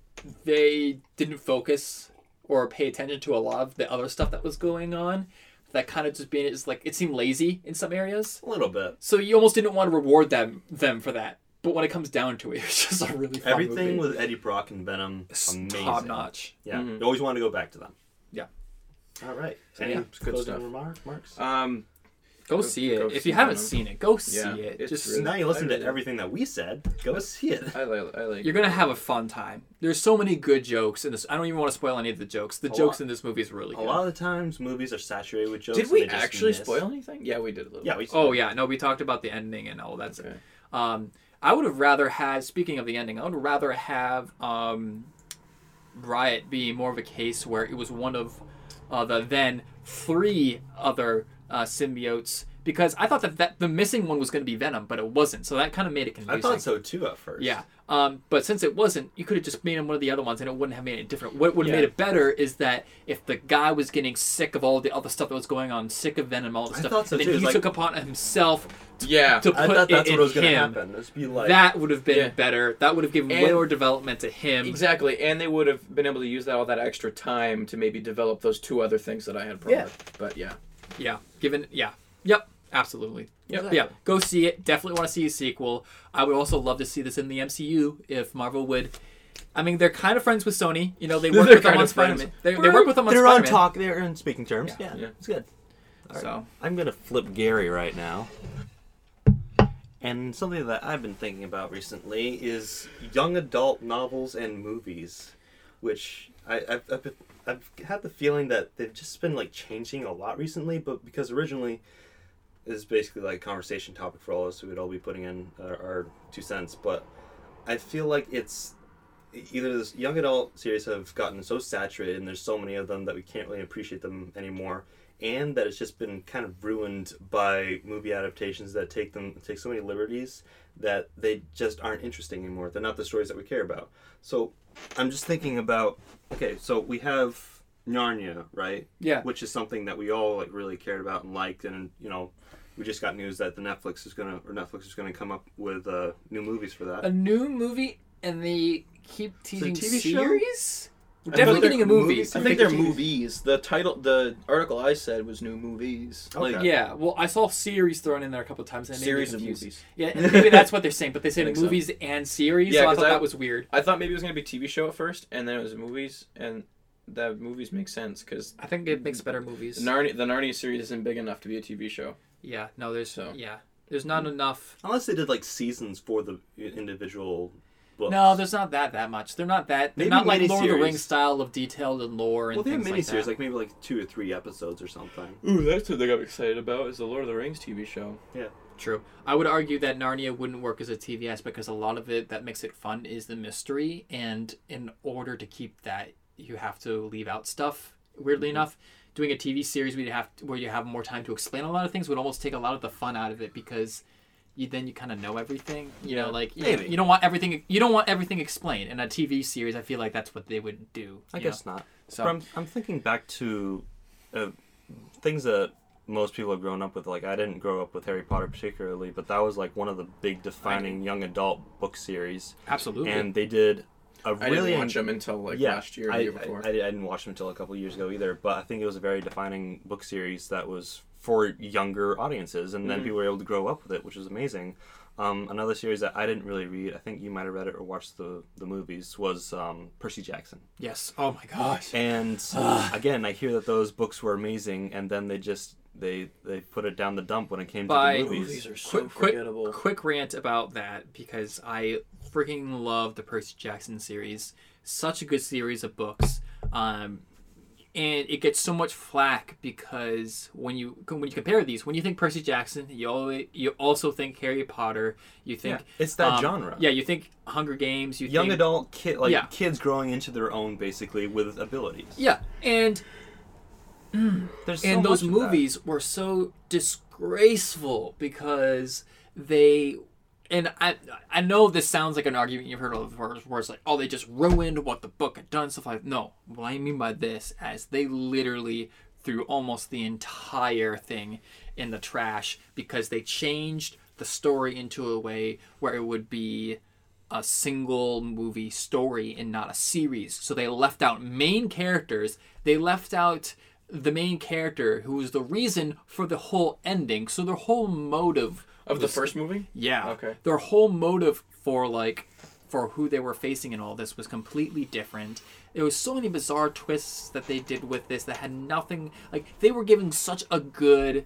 they didn't focus or pay attention to a lot of the other stuff that was going on. That kind of just being it's like it seemed lazy in some areas.
a little bit.
So you almost didn't want to reward them them for that. But when it comes down to it, it's just a really fun
Everything
movie.
with Eddie Brock and Venom, amazing.
top notch.
Yeah, you always want to go back to them.
Yeah,
All right.
Any yeah,
good
closing
stuff.
remark- remarks?
Um
go see it
go
if
see
you haven't
Venom.
seen it. Go see
Yeah,
it.
it's
Just
really-
now you listen
I-
to everything that we said. Go see it.
I like I like
you're gonna have a fun time. There's so many good jokes in this. I don't even want to spoil any of the jokes. The jokes in this movie is really
A
good.
lot of the times, movies are saturated with jokes.
Did
and
we
they just
actually
miss.
spoil anything? Yeah, we did a little.
Yeah, we.
Oh yeah, no, we talked about the ending and all that. stuff.
Okay.
Um, I would have rather had. Speaking of the ending, I would rather have um, Riot be more of a case where it was one of uh, the then three other uh, symbiotes because I thought that, that the missing one was going to be Venom, but it wasn't. So that kind of made it
I
confusing.
thought so too at first.
Yeah. Um, but since it wasn't, you could have just made him one of the other ones and it wouldn't have made it different. What would have
Yeah.
made it better is that if the guy was getting sick of all the other stuff that was going on, sick of Venom, all the
I
stuff,
thought so,
then
too.
he
It's like-
took upon himself to,
Yeah.
to put
I thought that's
it
what was
in
going to
him.
happen. Just be like
that would have been
Yeah.
better. That would have given way
And-
more development to him.
Exactly, and they would have been able to use that all that extra time to maybe develop those two other things that I had brought
Yeah.
up. But yeah,
Yeah. Given. Yeah. Yep. Absolutely.
Yep.
Yeah. Go see it. Definitely want to see a sequel. I would also love to see this in the MCU if Marvel would. I mean, they're kind of friends with Sony. You know, they work
They're
with them
kind
on
of friends.
Spider-Man. They, they work with them on
They're
Spider-Man.
on talk. They're on speaking terms. Yeah,
Yeah.
it's good.
So
I'm gonna flip Gary right now. And something that I've been thinking about recently is
young adult novels and movies, which I, I've, I've, been- I've had the feeling that they've just been like changing a lot recently. But because originally, it was basically like a conversation topic for all of us, we'd all be putting in our, our two cents. But I feel like it's either this young adult series have gotten so saturated, and there's so many of them that we can't really appreciate them anymore. And that it's just been kind of ruined by movie adaptations that take them take so many liberties that they just aren't interesting anymore. They're not the stories that we care about. So I'm just thinking about okay, so we have Narnia, right?
Yeah.
Which is something that we all like really cared about and liked, and you know, we just got news that the Netflix is gonna or Netflix is gonna come up with uh, new movies for that.
a new movie and they keep teasing
TV show?
series. We're
thought
definitely
they're
getting a movie.
movies.
I
I
think
think
they're
it-
movies. The title, the article I said was new movies.
Okay.
Like,
Yeah, well, I saw series thrown in there a couple of times. And it made me
Series of
confused.
movies.
Yeah, and maybe that's what they're saying, but they said
think so.
movies and series.
Yeah,
so I
'cause
thought
I-
that was weird.
I thought maybe it was gonna be TV show at first, and then it was movies, and that movies make sense because
I think it makes better movies.
Narnia, the Narnia series isn't big enough to be a TV show.
Yeah, no, there's
So.
yeah, there's not enough.
Unless they did like seasons for the individual books.
No, there's not that that much. They're not that. They're
Maybe
not like Lord of the
miniseries.
Rings style of detailed and lore and
well, they have
things like
miniseries,
that. Mm.
like, maybe like two or three episodes or something.
Ooh, that's what they got excited about is the Lord of the Rings TV show.
Yeah.
True. I would argue that Narnia wouldn't work as a TV aspect because a lot of it that makes it fun is the mystery, and in order to keep that, you have to leave out stuff. Weirdly enough, doing a TV series where you have where you have more time to explain a lot of things would almost take a lot of the fun out of it because you then you kind of know everything. You know, like you,
Maybe.
you don't want everything you don't want everything explained. In a TV series, I feel like that's what they would do.
I
you know?
guess not.
So-
So I'm, I'm thinking back to uh, things that most people have grown up with. Like I didn't grow up with Harry Potter particularly, but that was like one of the big defining young adult book series.
Absolutely.
And they did a
I
really
didn't watch them until like last year, or
I,
the year
I-
before.
I, I didn't watch them until a couple years ago either, but I think it was a very defining book series that was for younger audiences, and then people were able to grow up with it, which is amazing. Um, another series that I didn't really read, I think you might have read it or watched the, the movies, was um, Percy Jackson.
yes. Oh my gosh.
And again, I hear that those books were amazing, and then they just they they put it down the dump when it came to
By-
the movies.
Movies are so
quick,
forgettable.
quick, quick rant about that because I freaking love the Percy Jackson series. Such a good series of books, um, and it gets so much flack because when you when you compare these, when you think Percy Jackson, you always, you also think Harry Potter. You think
Yeah, it's that
um,
genre.
Yeah, you think Hunger Games. You
Young
think,
adult kid, like
Yeah.
kids growing into their own, basically with abilities.
Yeah, and
There's so
and those
much of that.
movies were so disgraceful because they and I I know this sounds like an argument you've heard of where it's- where it's like oh they just ruined what the book had done stuff like no what I mean by this as they literally threw almost the entire thing in the trash because they changed the story into a way where it would be a single movie story and not a series. So they left out main characters. They left out the main character who was the reason for the whole ending. So their whole motive
Of the first movie?
yeah.
Okay.
Their whole motive for like for who they were facing and all this was completely different. There was so many bizarre twists that they did with this that had nothing like they were giving such a good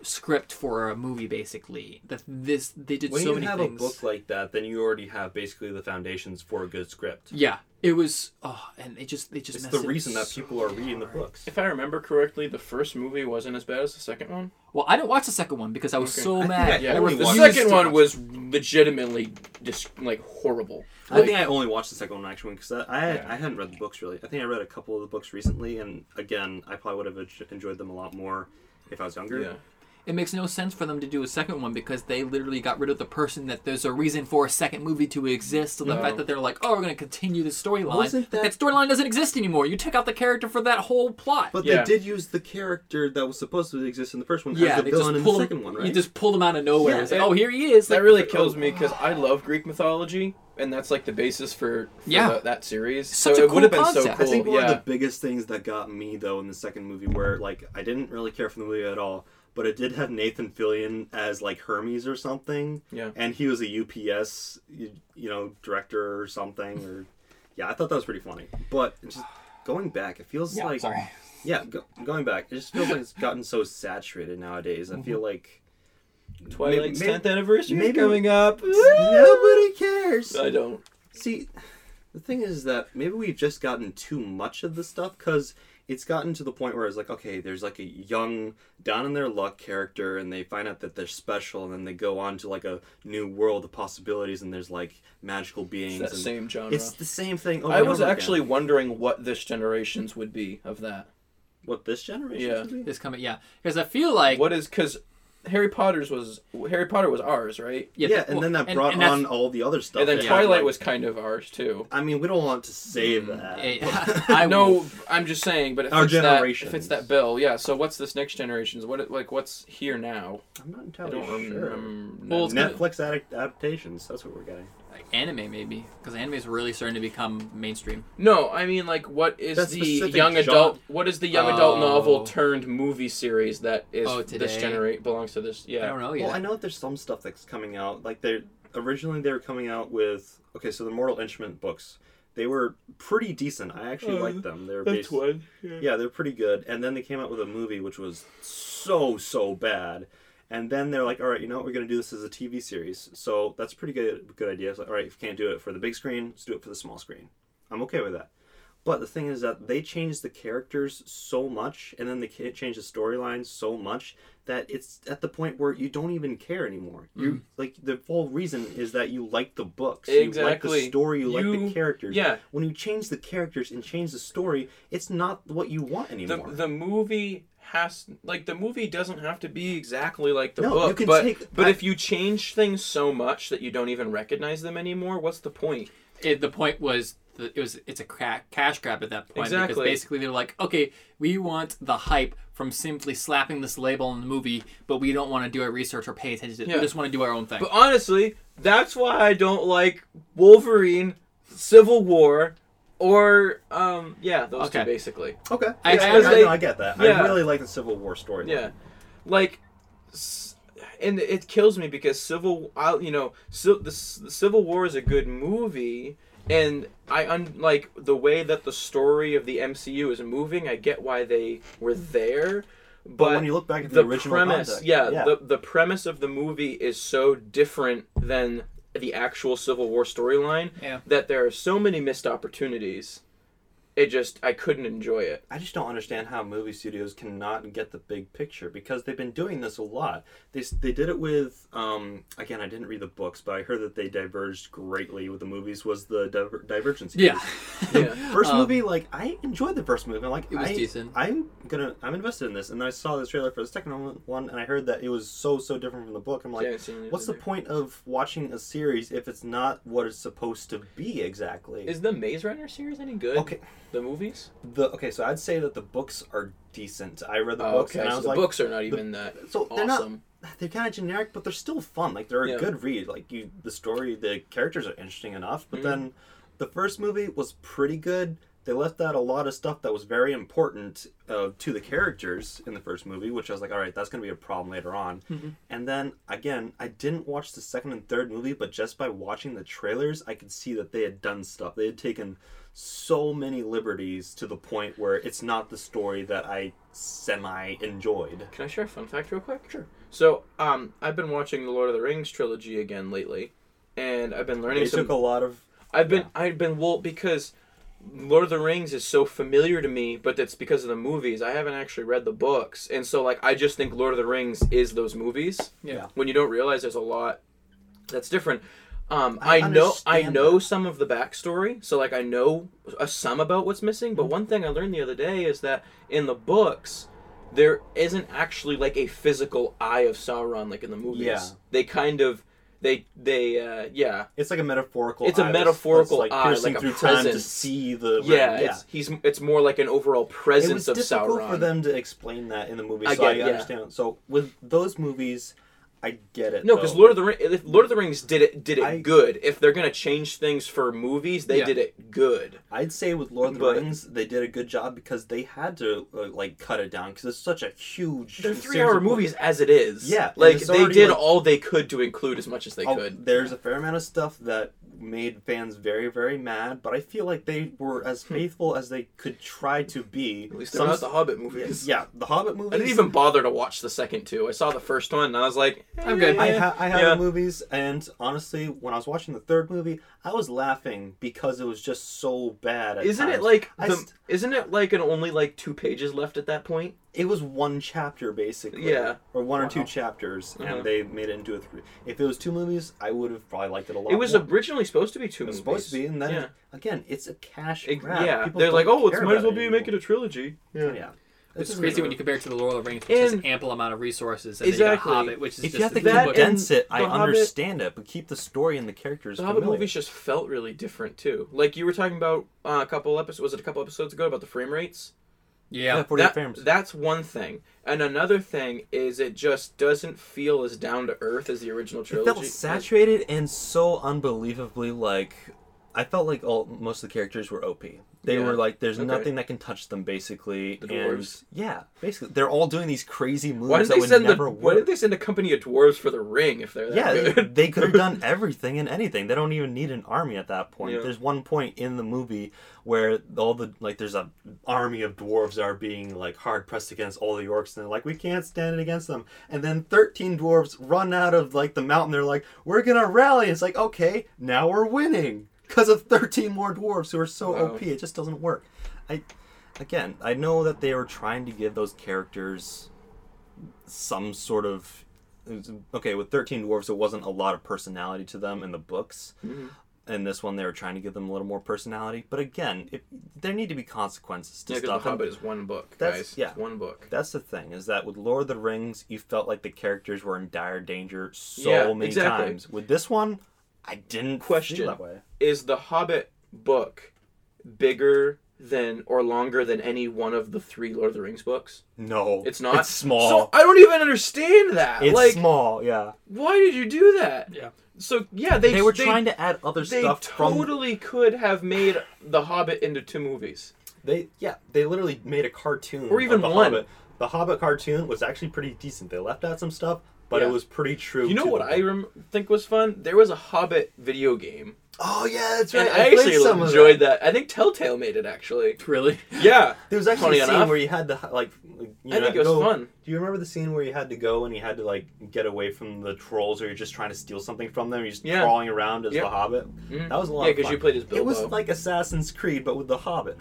script for a movie basically that this they did
When
so
you
many
have
things.
a book like that, then you already have basically the foundations for a good script.
Yeah, it was. Oh, and it just they just
It's
messed
the
it
reason that
so
people are reading the
hard.
books.
If I remember correctly, the first movie wasn't as bad as the second one.
Well, I didn't watch the second one because I was
Okay.
so
I think
mad.
I
Yeah,
There
only
were
the
watched-
views
second
to
one
watch.
was legitimately just like horrible.
I think I only watched the second one actually because I I, had,
Yeah.
I hadn't read the books really. I think I read a couple of the books recently, and again, I probably would have enj- enjoyed them a lot more if I was younger.
Yeah.
It makes no sense for them to do a second one because they literally got rid of the person that there's a reason for a second movie to exist. So the fact that they're like, oh, we're going to continue the storyline.
Wasn't
That,
that-
storyline doesn't exist anymore. You took out the character for that whole plot.
But
Yeah.
they did use the character that was supposed to exist in the first one
yeah,
as the
they
villain
just
in the
pull
second
him,
one, right?
You just pull them out of nowhere.
Yeah,
it's like,
it-
oh, here he is.
That
Like,
really kills me because I love Greek mythology, and that's like the basis for, for
Yeah.
the- that series.
Such
so
a
it would have
cool
been so
concept. I
cool.
I think one of
yeah.
the biggest things that got me though in the second movie, where like I didn't really care for the movie at all, but it did have Nathan Fillion as like Hermes or something.
Yeah.
and he was a UPS, you, you know, director or something. Or yeah, I thought that was pretty funny. But it's just going back, it feels like
sorry.
yeah, go, going back, it just feels like it's gotten so saturated nowadays. I feel like
Twilight's
Maybe-
10th anniversary is
maybe-
coming up.
nobody cares.
I don't.
See, the thing is that maybe we've just gotten too much of the stuff because it's gotten to the point where it's like, okay, there's like a young, down in their luck character, and they find out that they're special, and then they go on to like a new world of possibilities, and there's like magical beings.
that
and
same genre.
It's the same thing. Over
I
and
was
over
actually
again.
wondering what this generation's would be of that.
what this generation.
Yeah.
should be?
This coming, yeah. Because I feel like.
What is because Harry Potter's was Harry Potter was ours, right?
Yeah, and then that brought
and that's-
on all the other stuff.
And then
that-
Twilight
like-
was Mm, kind of ours too.
I mean, we don't want to say that.
I, I
No, I'm just saying, but if
Our
it's that, if
generations.
it's that bill, yeah. So what's this next generation's? What it- like what's here now?
I'm not
I
entirely
don't
sure.
remember.
Well, it's gonna-
Netflix adapt- adaptations. That's what we're getting.
like anime maybe because anime is really starting to become mainstream.
No, I mean like what is
That
the
specific
young
genre-
adult? What is the young adult
Oh.
novel turned movie series that is
Oh,
this
today?
generate belongs to this? Yeah,
I don't know yet.
Well, I know that there's some stuff that's coming out. Like they originally they were coming out with okay, so the Mortal Instrument books. They were pretty decent. I actually liked them. They're based,
one.
yeah, they're pretty good. And then they came out with a movie which was so so bad. And then they're like, all right, you know what? We're gonna do this as a TV series. So that's a pretty good good idea. It's like, all right, if you can't do it for the big screen, let's do it for the small screen. I'm okay with that. But the thing is that they changed the characters so much, and then they ca- changed the storyline so much that it's at the point where you don't even care anymore.
Mm-hmm.
You like the whole reason is that you like the books, you like
Exactly.
the story, you, like
You-
the characters.
yeah.
When you change the characters and change the story, it's not what you want
The,
anymore.
the movie has like the movie doesn't have to be exactly like the
No,
book,
you can
but
take-
but
I-
if you change things so much that you don't even recognize them anymore, what's the point?
It, the point was that it was it's a cra- cash grab at that point
Exactly.
because basically they're like, okay, we want the hype from simply slapping this label on the movie, but we don't want to do our research or pay attention. to it.
Yeah.
We just want to do our own thing.
But honestly, that's why I don't like Wolverine, Civil War, or um yeah, those two
Okay.
basically.
okay,
I-
yeah,
I-
I, know,
they-
I get that. I
yeah.
really like the Civil War story.
Yeah, like, s- and it kills me because Civil, I, you know, Ci- the, C- the Civil War is a good movie, and I un, like the way that the story of the MCU is moving. I get why they were there, but,
when you look back at the original
premise,
context,
yeah,
yeah.
the the premise of the movie is so different than the actual Civil War storyline
Yeah.
that there are so many missed opportunities. It just I couldn't enjoy it.
I just don't understand how movie studios cannot get the big picture because they've been doing this a lot. They, s- they did it with um, again I didn't read the books but I heard that they diverged greatly with the movies was the diver- Divergent series.
yeah,
Um,
First movie like I enjoyed the first movie. I'm like it
was
I,
decent.
I'm gonna I'm invested in this and then I saw the trailer for the second one- one and I heard that it was so so different from the book. I'm like
Yeah, I've seen it
what's the
in there.
point of watching a series if it's not what it's supposed to be exactly?
Is the Maze Runner series any good?
Okay.
The movies?
the okay so I'd say that the books are decent. I read the
Oh,
books
okay.
and I
so
was
the
like
books are not even that
so they're
awesome.
not they're kind of generic but they're still fun like they're a
Yeah.
good read like you the story the characters are interesting enough but
Mm-hmm.
then the first movie was pretty good they left out a lot of stuff that was very important uh, to the characters in the first movie which i was like all right that's going to be a problem later on and then again i didn't watch the second and third movie but just by watching the trailers i could see that they had done stuff they had taken so many liberties to the point where it's not the story that i semi enjoyed
Can I share a fun fact real quick? Sure. So, um, I've been watching the Lord of the Rings trilogy again lately, and I've been learning
they
some.
took a lot of
I've been I've been well because Lord of the Rings is so familiar to me, but it's because of the movies. I haven't actually read the books, and so like I just think Lord of the Rings is those movies.
Yeah.
When you don't realize there's a lot that's different. Um, I, know I
understand
know some of the backstory, so like I know a some about what's missing. But one thing I learned the other day is that in the books, there isn't actually like a physical eye of Sauron like in the movies.
Yeah.
They kind of they they uh yeah.
It's like a metaphorical.
It's a
eye that's-
metaphorical
that's, like
eye,
piercing
like a
through time to
presence.
see the.
Yeah,
yeah.
it's he's it's more like an overall
it was
presence of
difficult
Sauron.
for them to explain that in the movie,
I
so
get-
I
yeah.
understand. So with those movies, I get it.
No, because
though.
Lord of the Ring, if Lord of the Rings did it did it
I-
good. If they're gonna change things for movies, they
Yeah.
did it good.
I'd say with Lord of the
But-
Rings, they did a good job because they had to uh, like cut it down because it's such a huge.
They're
series
three hour
of
movies as it is.
Yeah, and
like
it's
they
already,
did
like-
all they could to include as much as they
Oh,
could.
There's a fair amount of stuff that made fans very, very mad, but I feel like they were as faithful as they could try to be.
Hmm. At least they're not the Hobbit movies.
Yeah, the Hobbit movies.
I didn't even bother to watch the second two. I saw the first one and I was like, "Eh."
I'm good.
I, ha- I have
Yeah.
the movies, and honestly, when I was watching the third movie, I was laughing because it was just so bad. At
Isn't it
times.
like
I
the,
st-
isn't it like an only like two pages left at that point?
it was one chapter basically?
Yeah.
or one or two chapters,
Uh-huh.
and they made it into a three. If it was two movies, I would have probably liked it a lot.
It was
more.
originally supposed to be two
It was
movies.
supposed to be, and then
yeah,
again, it's a cash
It-
grab.
yeah.
People
they're
don't
like, oh, it
care
might as
about
well be
anymore."
make it a trilogy. Yeah.
Yeah.
It's crazy when you compare it to the Lord of the Rings, which
And-
is ample amount of resources, and then you
Exactly.
got Hobbit, which is
If
just
you have to
the two
that
books.
and-
condense it, I
The Hobbit-
understand it, but keep the story and the characters.
The Hobbit
familiar.
movies just felt really different too. Like you were talking about uh, a couple episodes. Was it a couple episodes ago about the frame rates?
yeah,
48
That-
frames.
That's one thing, and another thing is it just doesn't feel as down to earth as the original
It
trilogy.
felt saturated and so unbelievably like I felt like all most of the characters were OP. They
Yeah.
were like, there's
Okay.
nothing that can touch them basically.
The
and-
dwarves.
yeah, basically, they're all doing these crazy moves
Why did
that
they
would
send the
never
Why
work.
did they send a company of dwarves for the ring if they're that
yeah, they-
good?
they could have done everything and anything. They don't even need an army at that point.
Yeah.
There's one point in the movie where all the like there's a army of dwarves are being like hard pressed against all the orcs and they're like we can't stand it against them. And then 13 dwarves run out of like the mountain. They're like we're going to rally. It's like okay, now we're winning because of 13 more dwarves who are so
Wow.
OP. It just doesn't work. I again, I know that they were trying to give those characters some sort of it was- okay with 13 dwarves there wasn't a lot of personality to them in the books
Mm-hmm.
and this one they were trying to give them a little more personality but again it, there need to be consequences to
Yeah, 'cause
stuff
the
and
Hobbit is one book,
That's-
guys.
yeah.
It's one book.
that's the thing is that with lord of the rings you felt like the characters were in dire danger so
Yeah,
many
exactly.
times with this one i didn't
Question.
feel that way
Is the Hobbit book bigger than or longer than any one of the three Lord of the Rings books?
no
It's not.
it's small
So I don't even understand that.
it's
like,
small yeah
why did you do that?
Yeah.
So yeah, they
they were trying to add other
They
stuff from
totally could have made the Hobbit into two movies.
They yeah, they literally made a cartoon.
Or even
of the
one.
Hobbit. The Hobbit cartoon was actually pretty decent. They left out some stuff, but
Yeah.
it was pretty true.
You know
to
what
the
I
book.
rem- think was fun? There was a Hobbit video game,
Oh yeah, that's
and
right.
I,
played
actually
some of
enjoyed that. I think Telltale made it actually.
really.
Yeah,
There was actually
Funny
a scene
enough.
where you had to like. You
I think it was
go-
fun.
Do you remember the scene where you had to go and you had to like get away from the trolls, or you're just trying to steal something from them? You're just
Yeah.
crawling around as
Yep.
the Hobbit. That was a lot.
Yeah,
of
'cause
fun.
you played as
It was
Bilbo.
like Assassin's Creed, but with the Hobbit.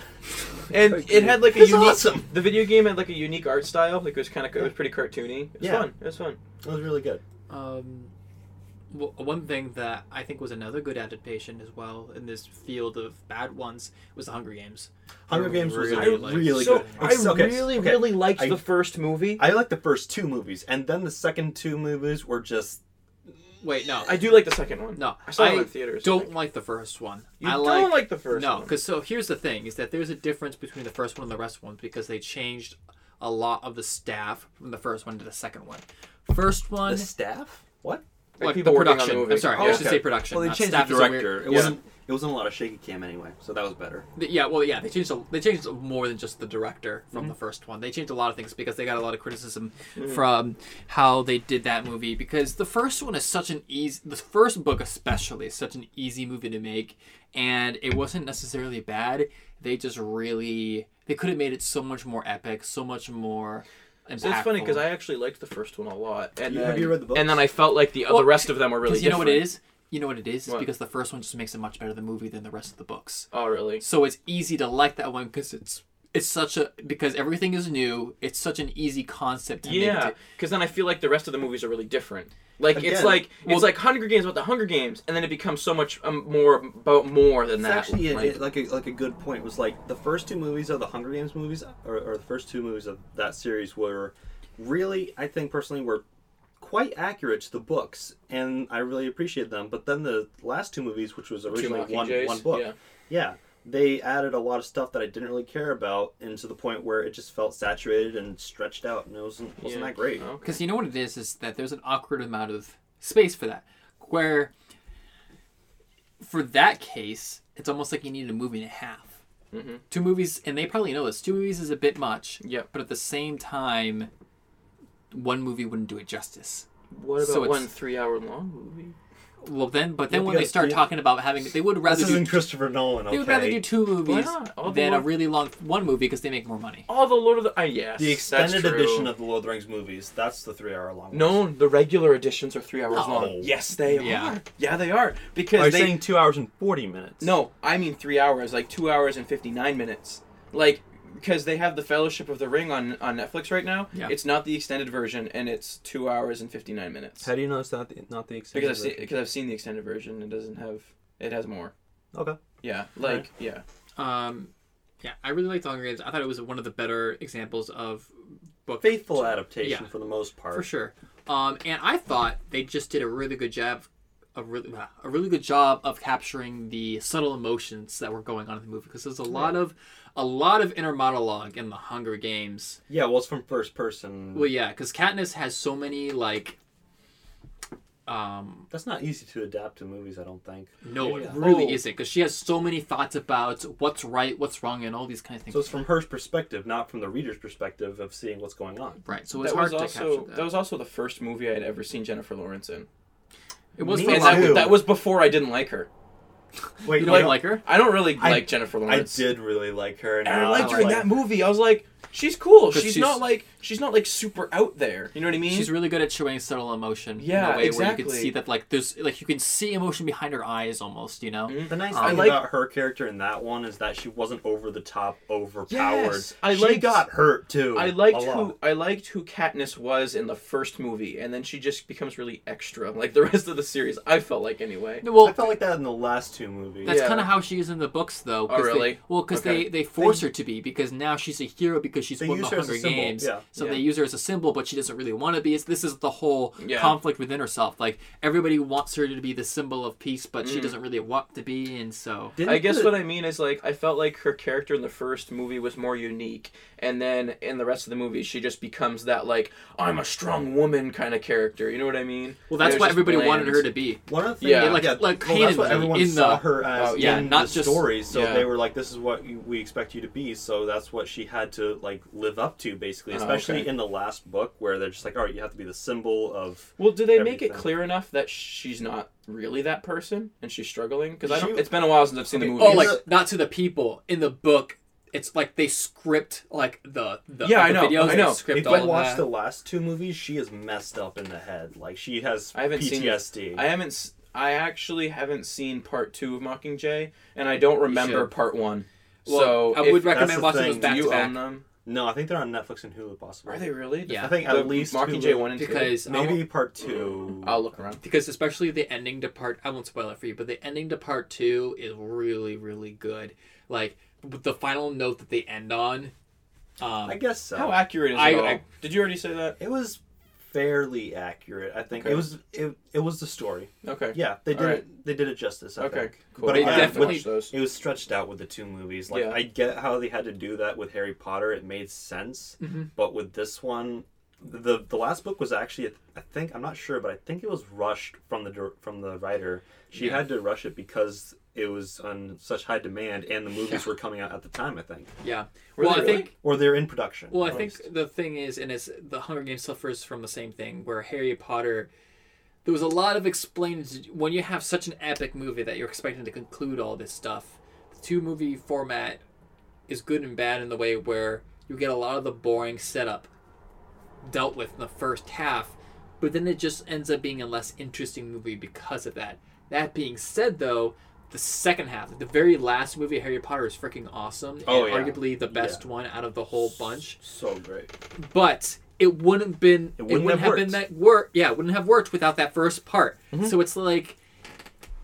and it had like a
It's
unique.
awesome.
The video game had like a unique art style. Like it was kind of it was pretty cartoony. It was
Yeah.
fun. It was fun.
It was really good.
Um, w- one thing that I think was another good adaptation as well in this field of bad ones was the Hunger Games.
Hunger Games was a
really liked-
really
so
good.
I
It's- okay,
really
okay.
really liked
I-
the first movie. I,
I like the first two movies, and then the second two movies were just
Wait, no,
do like the second one.
no,
I saw it in theaters.
Don't
I think.
like the first one.
You
I
don't
like,
like the first
no,
one.
because so here's the thing: is that there's a difference between the first one and the rest ones because they changed a lot of the staff from the first one to the second one. First one,
the staff. What?
like
people
the
working on the
production.
movie.
I'm sorry,
Oh,
I should
okay.
say production.
Well, they
not
changed
staff
the
is a weird-
director. It
yeah.
wasn't. It wasn't a lot of shaky cam anyway, so that was better.
Th- Yeah, well, yeah, they changed. A, they changed more than just the director from
Mm-hmm.
the first one. They changed a lot of things because they got a lot of criticism
Mm.
from how they did that movie. Because the first one is such an easy, the first book especially is such an easy movie to make, and it wasn't necessarily bad. They just really they could have made it so much more epic, so much more. Impactful.
So it's funny because I actually liked the first one a lot. And
You-
then,
have you read the books?
And then I felt like the other
Well,
rest of them were really.
because you know what it
different.
is. You know what it is. It's
What?
because the first one just makes a much better the movie than the rest of the books.
Oh really?
So it's easy to like that one because it's it's such a because everything is new. It's such an easy concept to make.
Yeah,
to-
because then I feel like the rest of the movies are really different. Like it's
Again,
like
well-
it's like Hunger Games about the Hunger Games, and then it becomes so much um, more about more than
It's
that.
actually a,
like,
like a like a good point. Was like the first two movies of the Hunger Games movies, or, or the first two movies of that series were really, I think personally, were quite accurate to the books, and I really appreciate them. But then the last two movies, which was originally one
Mockingjay's,
one book,
yeah.
yeah. they added a lot of stuff that I didn't really care about, and to the point where it just felt saturated and stretched out, and it wasn't wasn't
Yeah.
that great.
Oh.
Because you know what it is is that there's an awkward amount of space for that. Where for that case, it's almost like you needed a movie and a half. Two movies, and they probably know this. Two movies is a bit much.
Mm-hmm. Yep.
But at the same time, one movie wouldn't do it justice.
what about
so it's-
one three-hour long movie?
Well, then, but then
Yeah,
when they
because
start
they-
talking about having, they would rather
This
do.
isn't Christopher Nolan. Okay.
They would rather do two movies
not? All the
than a
long-
really long one movie because they make more money.
All the Lord of the uh, yes,
the extended
that's true.
edition of the Lord of the Rings movies. That's the three-hour long. ones.
No, the regular editions are three hours
No.
long. Yes, they
Yeah.
are. Yeah, they
Are
are.
you
Because they
saying two hours and forty minutes?
no, I mean three hours, like two hours and fifty nine minutes. Like because they have the Fellowship of the Ring on on Netflix right now.
Yeah.
It's not the extended version, and it's two hours and fifty nine minutes.
How do you know it's not the, not the extended?
Because I've seen
version?
because I've seen the extended version. It doesn't have. It has more.
Okay.
Yeah, like yeah.
Um, yeah, I really liked the Hunger Games. I thought it was one of the better examples of book
faithful adaptation
Yeah.
for the most part.
for sure. Um, and I thought they just did a really good job, a really wow, a really good job of capturing the subtle emotions that were going on in the movie because there's a lot of a lot of inner monologue in the Hunger Games.
Yeah, well, it's from first person.
Well, yeah, because Katniss has so many like. Um,
That's not easy to adapt to movies, I don't think.
no,
Yeah.
it really
Oh.
isn't because she has so many thoughts about what's right, what's wrong, and all these kind of things.
So it's from her perspective, not from the reader's perspective of seeing what's going on.
right, so it's
That
hard
was
to
also
capture
that. was also the first movie I had ever seen Jennifer Lawrence in.
it was
Me
for a
And
lot.
too.
that, that was before I didn't like her.
Wait,
You don't like her?
I don't really
I-
like Jennifer
I
Lawrence.
did really like her.
And I
now
liked
I'm
her in
like-
that movie. I was like, she's cool.
'Cause
She's,
she's-
not like she's not like super out there. You know what I mean?
She's really good at showing subtle emotion. in
Yeah,
a way where you can
exactly.
see that like there's like you can see emotion behind her eyes almost. You know.
The nice
I
thing
like-
about her character in that one is that she wasn't over the top, overpowered.
Yes, I
she
liked-
got hurt too.
I liked
a lot.
who I liked who Katniss was in the first movie, and then she just becomes really extra, like the rest of the series. I felt like anyway.
No, Well,
I felt like that in the last two movies.
that's
yeah.
kind of how she is in the books, though.
Oh,
'cause they-
really?
well, because
Okay.
they, they force her to be because now she's a hero because she's
They
won the
use her as a
Hunger
symbol,
Games.
yeah.
So
Yeah.
they use her as a symbol, but she doesn't really want to be. It's, this is the whole
Yeah.
conflict within herself. Like everybody wants her to be the symbol of peace, but she doesn't really want to be, and so.
Didn't
I guess
the-
what I mean is like I felt like her character in the first movie was more unique, and then in the rest of the movie she just becomes that like I'm a strong woman kind of character. You know what I mean?
Well, that's
It was
what
just
everybody
bland.
wanted her to be.
One of the things,
Yeah,
yeah,
like-
like
well, that's what
Hanley
everyone
in
saw
the-
her as
Oh,
yeah,
in
not
the
just-
stories. So
yeah.
they were like, "This is what you, we expect you to be." So that's what she had to like live up to, basically.
Oh,
Especially
okay.
in the last book, where they're just like, "All right, you have to be the symbol of."
Well, do they make it
everything."
clear enough that she's not really that person and she's struggling? Because I
She-
don't. It's been a while since I've seen the movie.
Oh, like not to the people in the book. It's like they script like the, the
Yeah, I
the
know,
videos
I
they
know.
Script
If
all
you
of
watch
that.
the last two movies, she is messed up in the head. Like she has
I haven't
PTSD.
seen. I haven't. s- I actually haven't seen part two of Mockingjay, and I don't remember
should.
part one.
Well,
so
I would
if-
recommend
the
watching
thing.
those
Do
back
do
to
you
back
own them?
no, I think they're on Netflix and Hulu. Possibly.
Are they really?
Yeah.
I think
The
at least
Mockingjay
Hulu.
one and two.
because I
maybe
won't-
part two.
I'll look around.
because especially the ending to part I won't spoil it for you, but the ending to part two is really really good. Like with the final note that they end on. Um,
I guess so.
How accurate is
I-
it all?
I-
Did you already say that?
it was fairly accurate. I think
Okay.
it was it, it was the story.
Okay.
Yeah, they did
All right.
it. They did it justice. I
Okay.
think.
Cool.
But
They
I
again,
haven't
definitely-
watched those.
it was stretched out with the two movies. Like
Yeah.
I get how they had to do that with Harry Potter; it made sense. But with this one, the the last book was actually I think I'm not sure, but I think it was rushed from the dir- from the writer. She had to rush it because it was on such high demand, and the movies were coming out at the time. I think,
yeah. Well, I
they really?
think
or they're in production. Oh,
Well, I
at
think
least.
the thing is, and it's the Hunger Games suffers from the same thing where Harry Potter. There was a lot of explaining when you have such an epic movie that you're expecting to conclude all this stuff. The two movie format is good and bad in the way where you get a lot of the boring setup dealt with in the first half, but then it just ends up being a less interesting movie because of that. That being said, though, the second half, like the very last movie, Harry Potter, is freaking awesome.
Oh,
and
yeah.
arguably the best one out of the whole bunch.
So great.
But it wouldn't have been it wouldn't,
wouldn't
have,
have
been
worked. Mm-hmm.
that work. Yeah, it wouldn't have worked without that first part. So it's like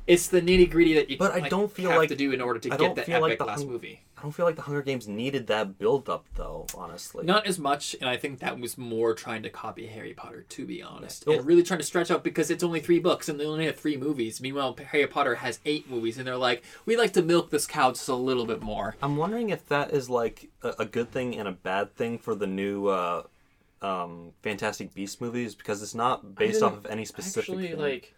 it's the nitty gritty that you
But I
like,
don't feel
have
like-
to do in order to
I
get
don't
that
feel
epic
like the
last
hung-
movie.
I don't feel like the Hunger Games needed that build up though, honestly.
Not as much, and I think that was more trying to copy Harry Potter, to be honest,
Well-
and really trying to stretch out because it's only three books and they only have three movies. Meanwhile, Harry Potter has eight movies, and they're like, we like to milk this cow just a little bit more.
I'm wondering if that is like a, a good thing and a bad thing for the new uh, um, Fantastic Beast movies because it's not based off of any specific.
Actually,
thing.
like,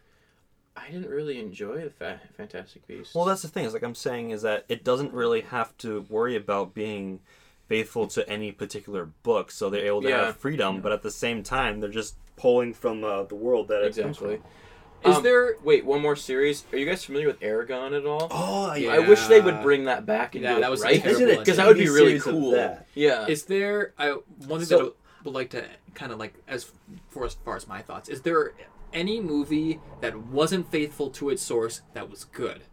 I didn't really enjoy the fa- Fantastic Beasts.
well, that's the thing. Is like I'm saying is that it doesn't really have to worry about being faithful to any particular book, so they're able to
Yeah.
have freedom. But at the same time, they're just
Pulling from uh, the world that it comes
exactly.
Is
Um,
there?
Wait, one more series. Are you guys familiar with Aragon at all?
oh
I wish they would bring that back and
Yeah,
do
that
it
was a
right.
terrible Isn't it idea.
Because that would be
TV
really
series of
cool.
that?
Yeah.
Is there? I one thing that
So-
I would like to kind of like as for as far as my thoughts is there any movie that wasn't faithful to its source that was good?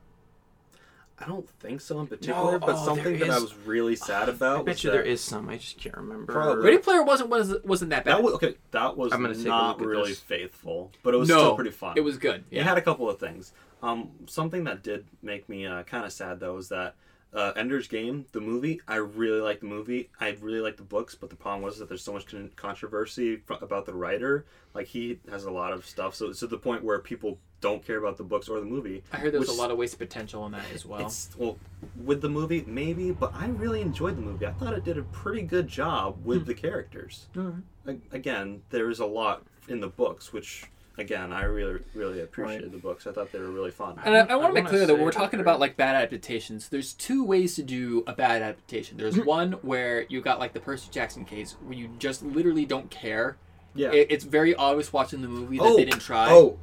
I don't think so in particular, but
oh,
something
there
that I
is-
was really sad about.
I bet you there is some. I just can't remember.
Probably.
Ready Player wasn't wasn't, wasn't that bad.
That was okay. That was
I'm gonna take a
not
look at
really
this.
faithful, but it was
no,
still pretty fun.
It was good. Yeah.
It had a couple of things. Um, something that did make me uh, kind of sad though is that uh, Ender's Game, the movie. I really like the movie. I really like the books, but the problem was that there's so much con- controversy fr- about the writer. Like he has a lot of stuff, so it's to the point where people don't care about the books or the movie.
I heard there was
which-
a lot of wasted potential in that as well.
it's well with the movie maybe but i really enjoyed the movie i thought it did a pretty good job
Hmm.
with the characters A- again there is a lot in the books which again i really really appreciated the books i thought they were really fun
And I, I want
I
to make
wanna
clear that when
say
we're
that
talking
there-
about like bad adaptations, there's two ways to do a bad adaptation. There's
Mm-hmm.
one where you got like the Percy Jackson case, where you just literally don't care.
yeah
It, it's very obvious watching the movie that they didn't try.
oh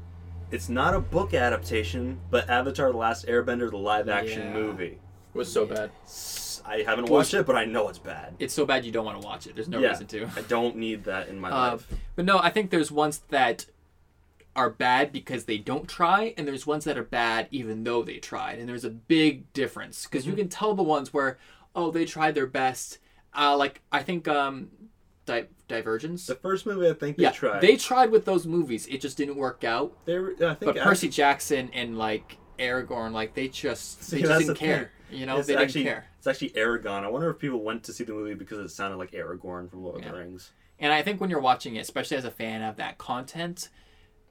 it's not a book adaptation but avatar the last airbender the live action
Yeah.
movie
was so bad.
S- i haven't watched it but i know it's bad
It's so bad you don't want to watch it. There's no
yeah
reason to.
i don't need that in my
Uh,
life
but no, I think there's ones that are bad because they don't try, and there's ones that are bad even though they tried. And there's a big difference because
Mm-hmm.
you can tell the ones where, oh, they tried their best. Uh, like I think um, Di- Divergence.
the first movie i think they
yeah,
tried
they tried with those movies. It just didn't work out.
they were, i think
But
I-
Percy Jackson and like Aragorn, like they just
See,
they just
that's
didn't
the
care.
thing.
You know,
It's
they
actually,
didn't care.
It's actually Aragon. I wonder if people went to see the movie because it sounded like Aragorn from Lord of the Rings.
And I think when you're watching it, especially as a fan of that content,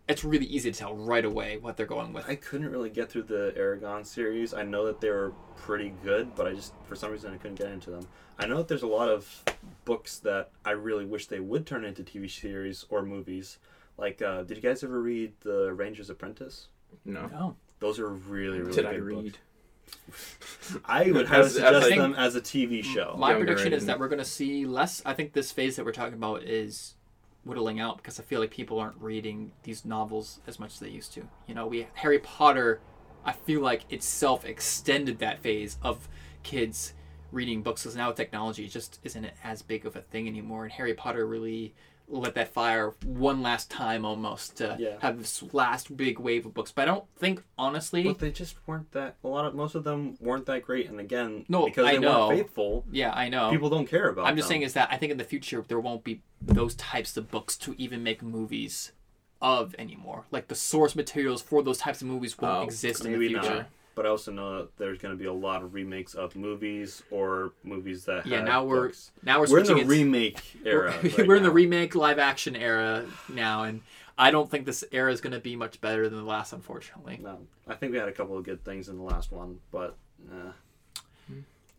it's really easy to tell right away what they're going with.
I couldn't really get through the Aragon series. I know that they were pretty good, but I just for some reason I couldn't get into them. I know that there's a lot of books that I really wish they would turn into TV series or movies. Like, uh, did you guys ever read The Ranger's Apprentice?
No.
Oh.
Those are really, really
Did
good
I read?
books. I would have
As- as
suggest
I-
them as a TV show.
My
younger
prediction is
and-
that we're going to see less. I think this phase that we're talking about is whittling out because I feel like people aren't reading these novels as much as they used to. You know, we Harry Potter, I feel like itself extended that phase of kids reading books because now with technology it just isn't as big of a thing anymore. And Harry Potter really let that fire one last time almost to
Yeah.
have this last big wave of books. But I don't think honestly.
But they just weren't that. A lot of most of them weren't that great. And again,
No,
because
I
they
know.
weren't faithful,
yeah, I know.
people don't care about.
I'm just
them.
saying is that I think in the future there won't be those types of books to even make movies of anymore. Like the source materials for those types of movies won't
Oh,
exist in the
maybe
future.
not. But I also know that there's going to be a lot of remakes of movies or movies that.
Yeah,
have
now we're
books.
now we're
we're in
switching
the
it-
remake era.
we're in the remake live action era now, and I don't think this era is going to be much better than the last, unfortunately.
No, I think we had a couple of good things in the last one, but uh,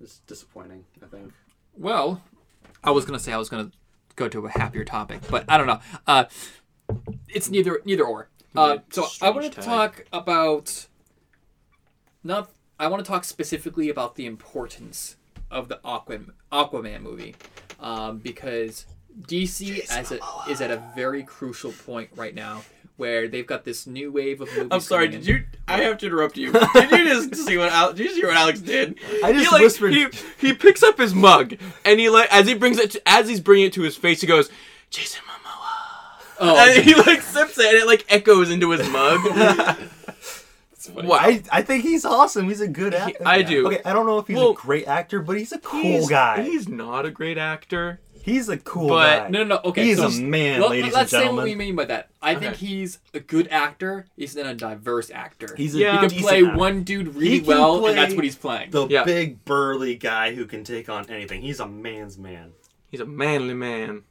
it's disappointing. I think.
Well, I was gonna say I was gonna go to a happier topic, but I don't know. Uh, it's neither neither or. Uh, so I
strange
wanted to
tag.
talk about not. I want to talk specifically about the importance of the Aquaman, Aquaman movie um, because DC as a, is at a very crucial point right now where they've got this new wave of movies.
I'm sorry.
coming
Did
in.
you? I have to interrupt you. Did you just see what? Al, did you see what Alex did?
I just
he, like,
whispered-
He, he picks up his mug and he like as he brings it to, as he's bringing it to his face. He goes, Jason Momoa.
Oh,
And he like sips it and it like echoes into his mug.
It's funny.
I, I think he's awesome. He's a good
He-
actor.
I do.
Okay, I don't know if he's
Well,
a great actor, but he's a cool
he's,
guy. He's,
He's not a great actor.
a cool
but-
guy.
No, no, no. Okay,
He's
so
a man,
let-
ladies and
let's say
gentlemen.
what we mean by that. I think
Okay.
he's a good actor. He's then a diverse actor.
He's a
Yeah.
he can
decent
play
actor.
one dude really
can
well,
play
and that's what he's playing.
The
Yeah.
big burly guy who can take on anything. He's a man's man.
He's a manly man.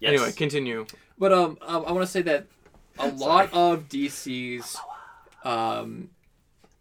Yes.
Anyway, continue.
But um, um I want to say that a lot of DC's um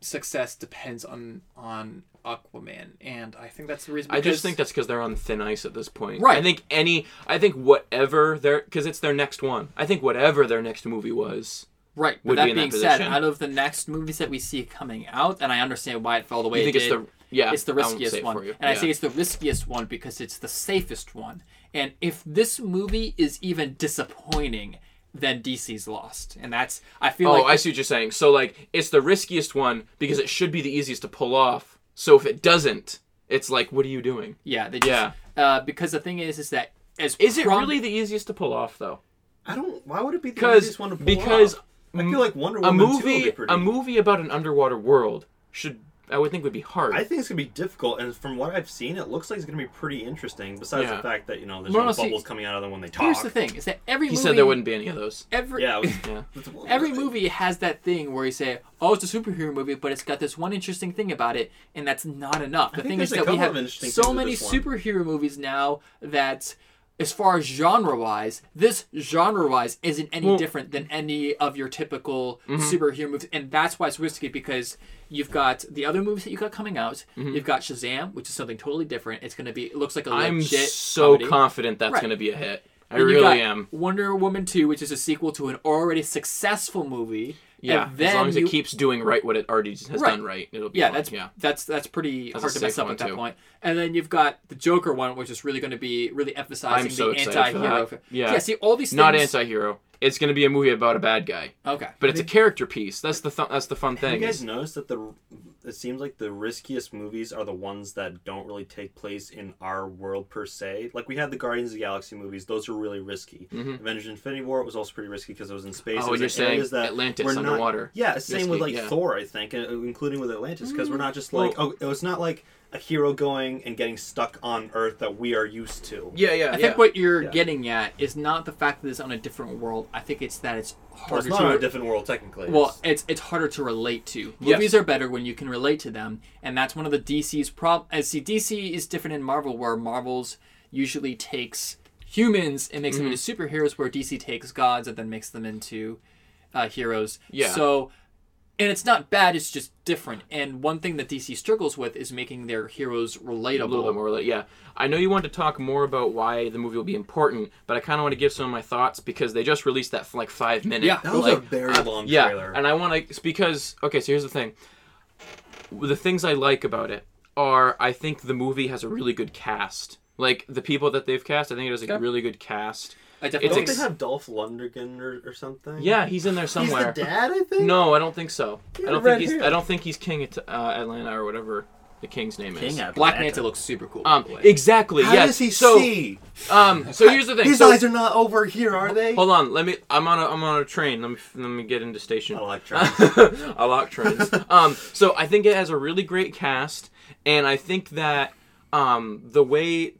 success depends on on Aquaman, and I think that's the reason.
I just
because-
think that's because they're on thin ice at this point.
Right.
I think any. I think whatever their because it's their next one. I think whatever their next movie was.
right.
would
But
be
that
in that
being said,
position.
out of the next movies that we see coming out, and I understand why it fell the way
You
it
think it's
did,
the yeah?
it's the
I won't say
riskiest
it
one,
for you.
and I
Yeah.
say it's the riskiest one because it's the safest one. And if this movie is even disappointing, then DC's lost, and that's I feel
Oh,
like
I see what you're saying. So like, it's the riskiest one because it should be the easiest to pull off. So if it doesn't, it's like, what are you doing?
yeah, they just,
Yeah.
Uh, because the thing is, is that as
Is it
prom-
really the easiest to pull off though?
I don't. Why would it be the
Because
easiest one to pull
because
off? I feel like Wonder
a
Woman 2 will
movie
be pretty.
a movie about an underwater world should I would think would be hard.
I think it's gonna be difficult, and from what I've seen, it looks like it's gonna be pretty interesting. Besides
Yeah.
the fact that you know there's
Well,
no
see,
bubbles coming out of them when they talk.
Here's the thing: is that every
he
movie
said there wouldn't be any of those.
every
Yeah. It was,
every movie has that thing where you say, "Oh, it's a superhero movie, but it's got this one interesting thing about it," and that's not enough. The
think
thing
there's
is
a
that we
couple of
have
interesting
so
things with
many
this one.
superhero movies now that. As far as genre-wise, this genre-wise isn't any different than any of your typical
Mm-hmm.
superhero movies, and that's why it's risky because you've got the other movies that you got coming out.
Mm-hmm.
You've got Shazam, which is something totally different. It's going to be it looks like a
I'm
legit
so
comedy.
confident that's
Right.
going to be a hit. I
Then you
really
got
am.
Wonder Woman 2, which is a sequel to an already successful movie.
Yeah,
and then
as long as
you,
it keeps doing right what it already has
Right.
done right, it'll be
Yeah,
fine.
that's
yeah.
that's that's pretty
That's a
hard to mess
safe
up
one,
at that
too.
point. And then you've got the Joker one, which is really going to be really emphasizing
I'm so
the
excited for
anti-hero.
that.
fa-
Yeah.
see all these things.
Not anti-hero. It's going to be a movie about a bad guy.
Okay,
But it's a character piece. That's the th- that's the fun
Have
thing.
you guys noticed that the it seems like the riskiest movies are the ones that don't really take place in our world per se. Like we had the Guardians of the Galaxy movies; those are really risky. Avengers: Infinity War was also pretty risky because it was in space.
Mm-hmm. Oh,
It was
and you're
in
saying
areas that
Atlantis
were not-
underwater.
yeah, same
Risky,
with like
yeah. Mm.
Thor, I think, uh, including with Atlantis, because we're not just like oh, it's not like a hero going and getting stuck on Earth that we are used to.
yeah, yeah.
I
yeah.
think what you're getting at is not the fact that it's on a different world. I think it's that it's
Well, it's
harder
not on
to
a different world technically.
Well,
It's-
it's it's harder to relate to.
Yes.
Movies are better when you can relate to them, and that's one of the DC's problem. As uh, see, DC is different in Marvel, where Marvel's usually takes humans and
Mm-hmm.
makes them into superheroes, where DC takes gods and then makes them into uh, heroes.
Yeah.
So, and it's not bad; it's just different. And one thing that DC struggles with is making their heroes relatable.
a little bit more like yeah i know you want to talk more about why the movie will be important but i kind of want to give some of my thoughts because they just released that for like five minutes
Yeah.
that was
like, uh,
a very long
yeah
trailer.
and i want to it's because okay so here's the thing the things i like about it are i think the movie has a really good cast like the people that they've cast i think it has a really good cast
I definitely
Don't
ex-
they have Dolph Lundgren or, or something?
yeah he's in there somewhere
He's the dad, I think.
no i don't think so i don't
red
think he's
hair.
i don't think he's king at uh, atlanta or whatever the king's name is
Black Manta looks super cool. by
um
the way.
exactly
How
yes
does he
so
see?
um so here's the thing
His
so,
eyes are not over here, are they?
Hold on, let me. I'm on a. I'm on a train. Let me. Let me get into station.
Oh, Electrons.
I like trains. um, so I think it has a really great cast, and I think that um, the way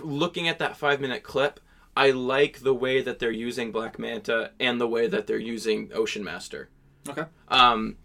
looking at that five minute clip, I like the way that they're using Black Manta and the way that they're using Ocean Master.
okay.
Um,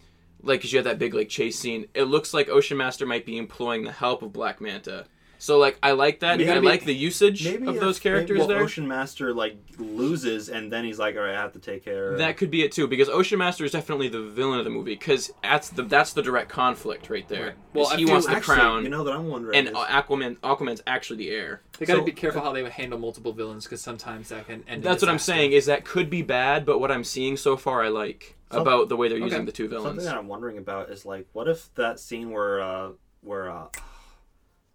like, 'cause you had that big like chase scene. It looks like Ocean Master might be employing the help of Black Manta. So like, I like that. and I
Maybe-
like the usage
Maybe
of
if-
those characters
well,
there.
Ocean Master like loses, and then he's like, "All right, I have to take care." of
That could be it too, because Ocean Master is definitely the villain of the movie, because that's the that's the direct conflict right there.
Well,
Well,
I
he
feel
wants the
Actually,
crown,
You know that I'm wondering.
and
is-
uh, Aquaman Aquaman's actually the heir.
They got to
So-
be careful how they handle multiple villains because sometimes that can end. in
That's what I'm
disaster.
saying is that could be bad, but what I'm seeing so far, I like about the way they're using the two
something
villains.
that I'm wondering about is like, what if that scene where uh where uh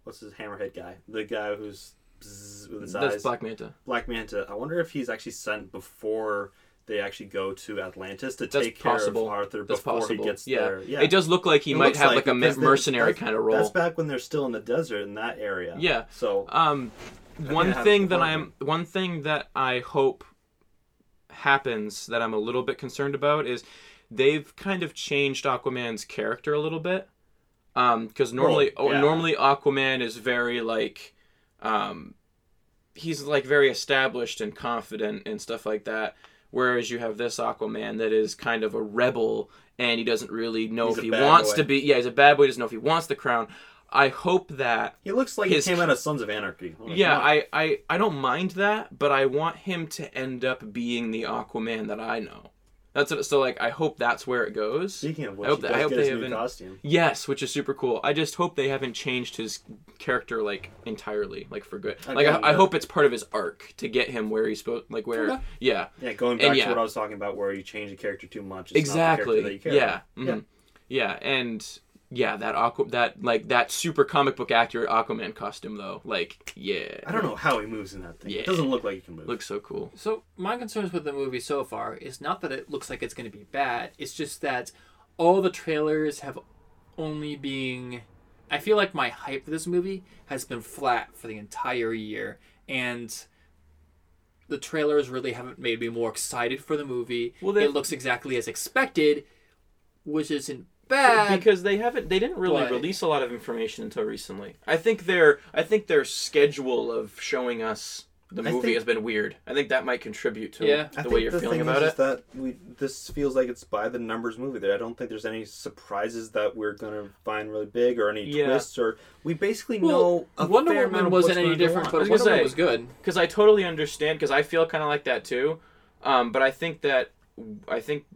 what's his hammerhead guy, the guy who's bzzz with his
That's
eyes,
Black Manta.
Black Manta. I wonder if he's actually sent before they actually go to Atlantis to
That's
take
possible.
care of Arthur
That's
before
possible.
he gets
yeah.
there. Yeah,
it does look like he
It
might
looks
have like, a
because they-
mer- mercenary
that's-
kind of role.
That's back when they're still in the desert in that area.
Yeah.
So
Um, one
I have
thing
the
that
one.
I'm one thing that I hope happens that I'm a little bit concerned about is they've kind of changed Aquaman's character a little bit. Um, because normally,
Well,
oh,
yeah.
normally Aquaman is very like, um, he's like very established and confident and stuff like that. Whereas you have this Aquaman that is kind of a rebel and he doesn't really know
He's
if
a
he
bad
wants
boy.
to be. Yeah, he's a bad boy. Doesn't know if he wants the crown. I hope that
He looks like
His-
he came out of Sons of Anarchy. I'm like,
yeah,
"Come on."
I, I, I don't mind that, but I want him to end up being the Aquaman that I know. That's what, so like I hope that's where it goes.
Speaking of
I
which,
hope
he
that- I
does
hope
get
they
his new
haven't-
costume.
Yes, which is super cool. I just hope they haven't changed his character like entirely, like for good. Like
Again,
I, I
yeah.
hope it's part of his arc to get him where he's supposed, like where,
Okay.
yeah,
Yeah, going
And
back
yeah.
to what I was talking about, where you change the character too much. It's Not the character that
exactly.
you care
Yeah,
about.
mhm. yeah, and yeah, that aqua, that like that super comic book accurate Aquaman costume though, like yeah,
I don't know how he moves in that thing.
Yeah.
It doesn't look like he can move.
looks so cool.
So my concerns with the movie so far is not that it looks like it's going to be bad. It's just that all the trailers have only been. I feel like my hype for this movie has been flat for the entire year, and the trailers really haven't made me more excited for the movie. Well,
Well, they-
it looks exactly as expected, which isn't bad.
because they haven't they didn't really
But-
release a lot of information until recently. I think their I think their schedule of showing us the
I
movie
think-
has been weird. I think that might contribute to
Yeah.
I
the
think
way you're
the
feeling
thing
about
is, is
it.
that we this feels like it's by the numbers movie. There, I don't think there's any surprises that we're gonna find really big or any
Yeah.
twists or we basically
well,
know. A
Wonder
fair amount
Woman
of
wasn't
what's
any
gonna go
different,
on.
but
was
Wonder
gonna
Woman
say-
was good.
Because I totally understand. Because I feel kind of like that too. Um, but I think that I think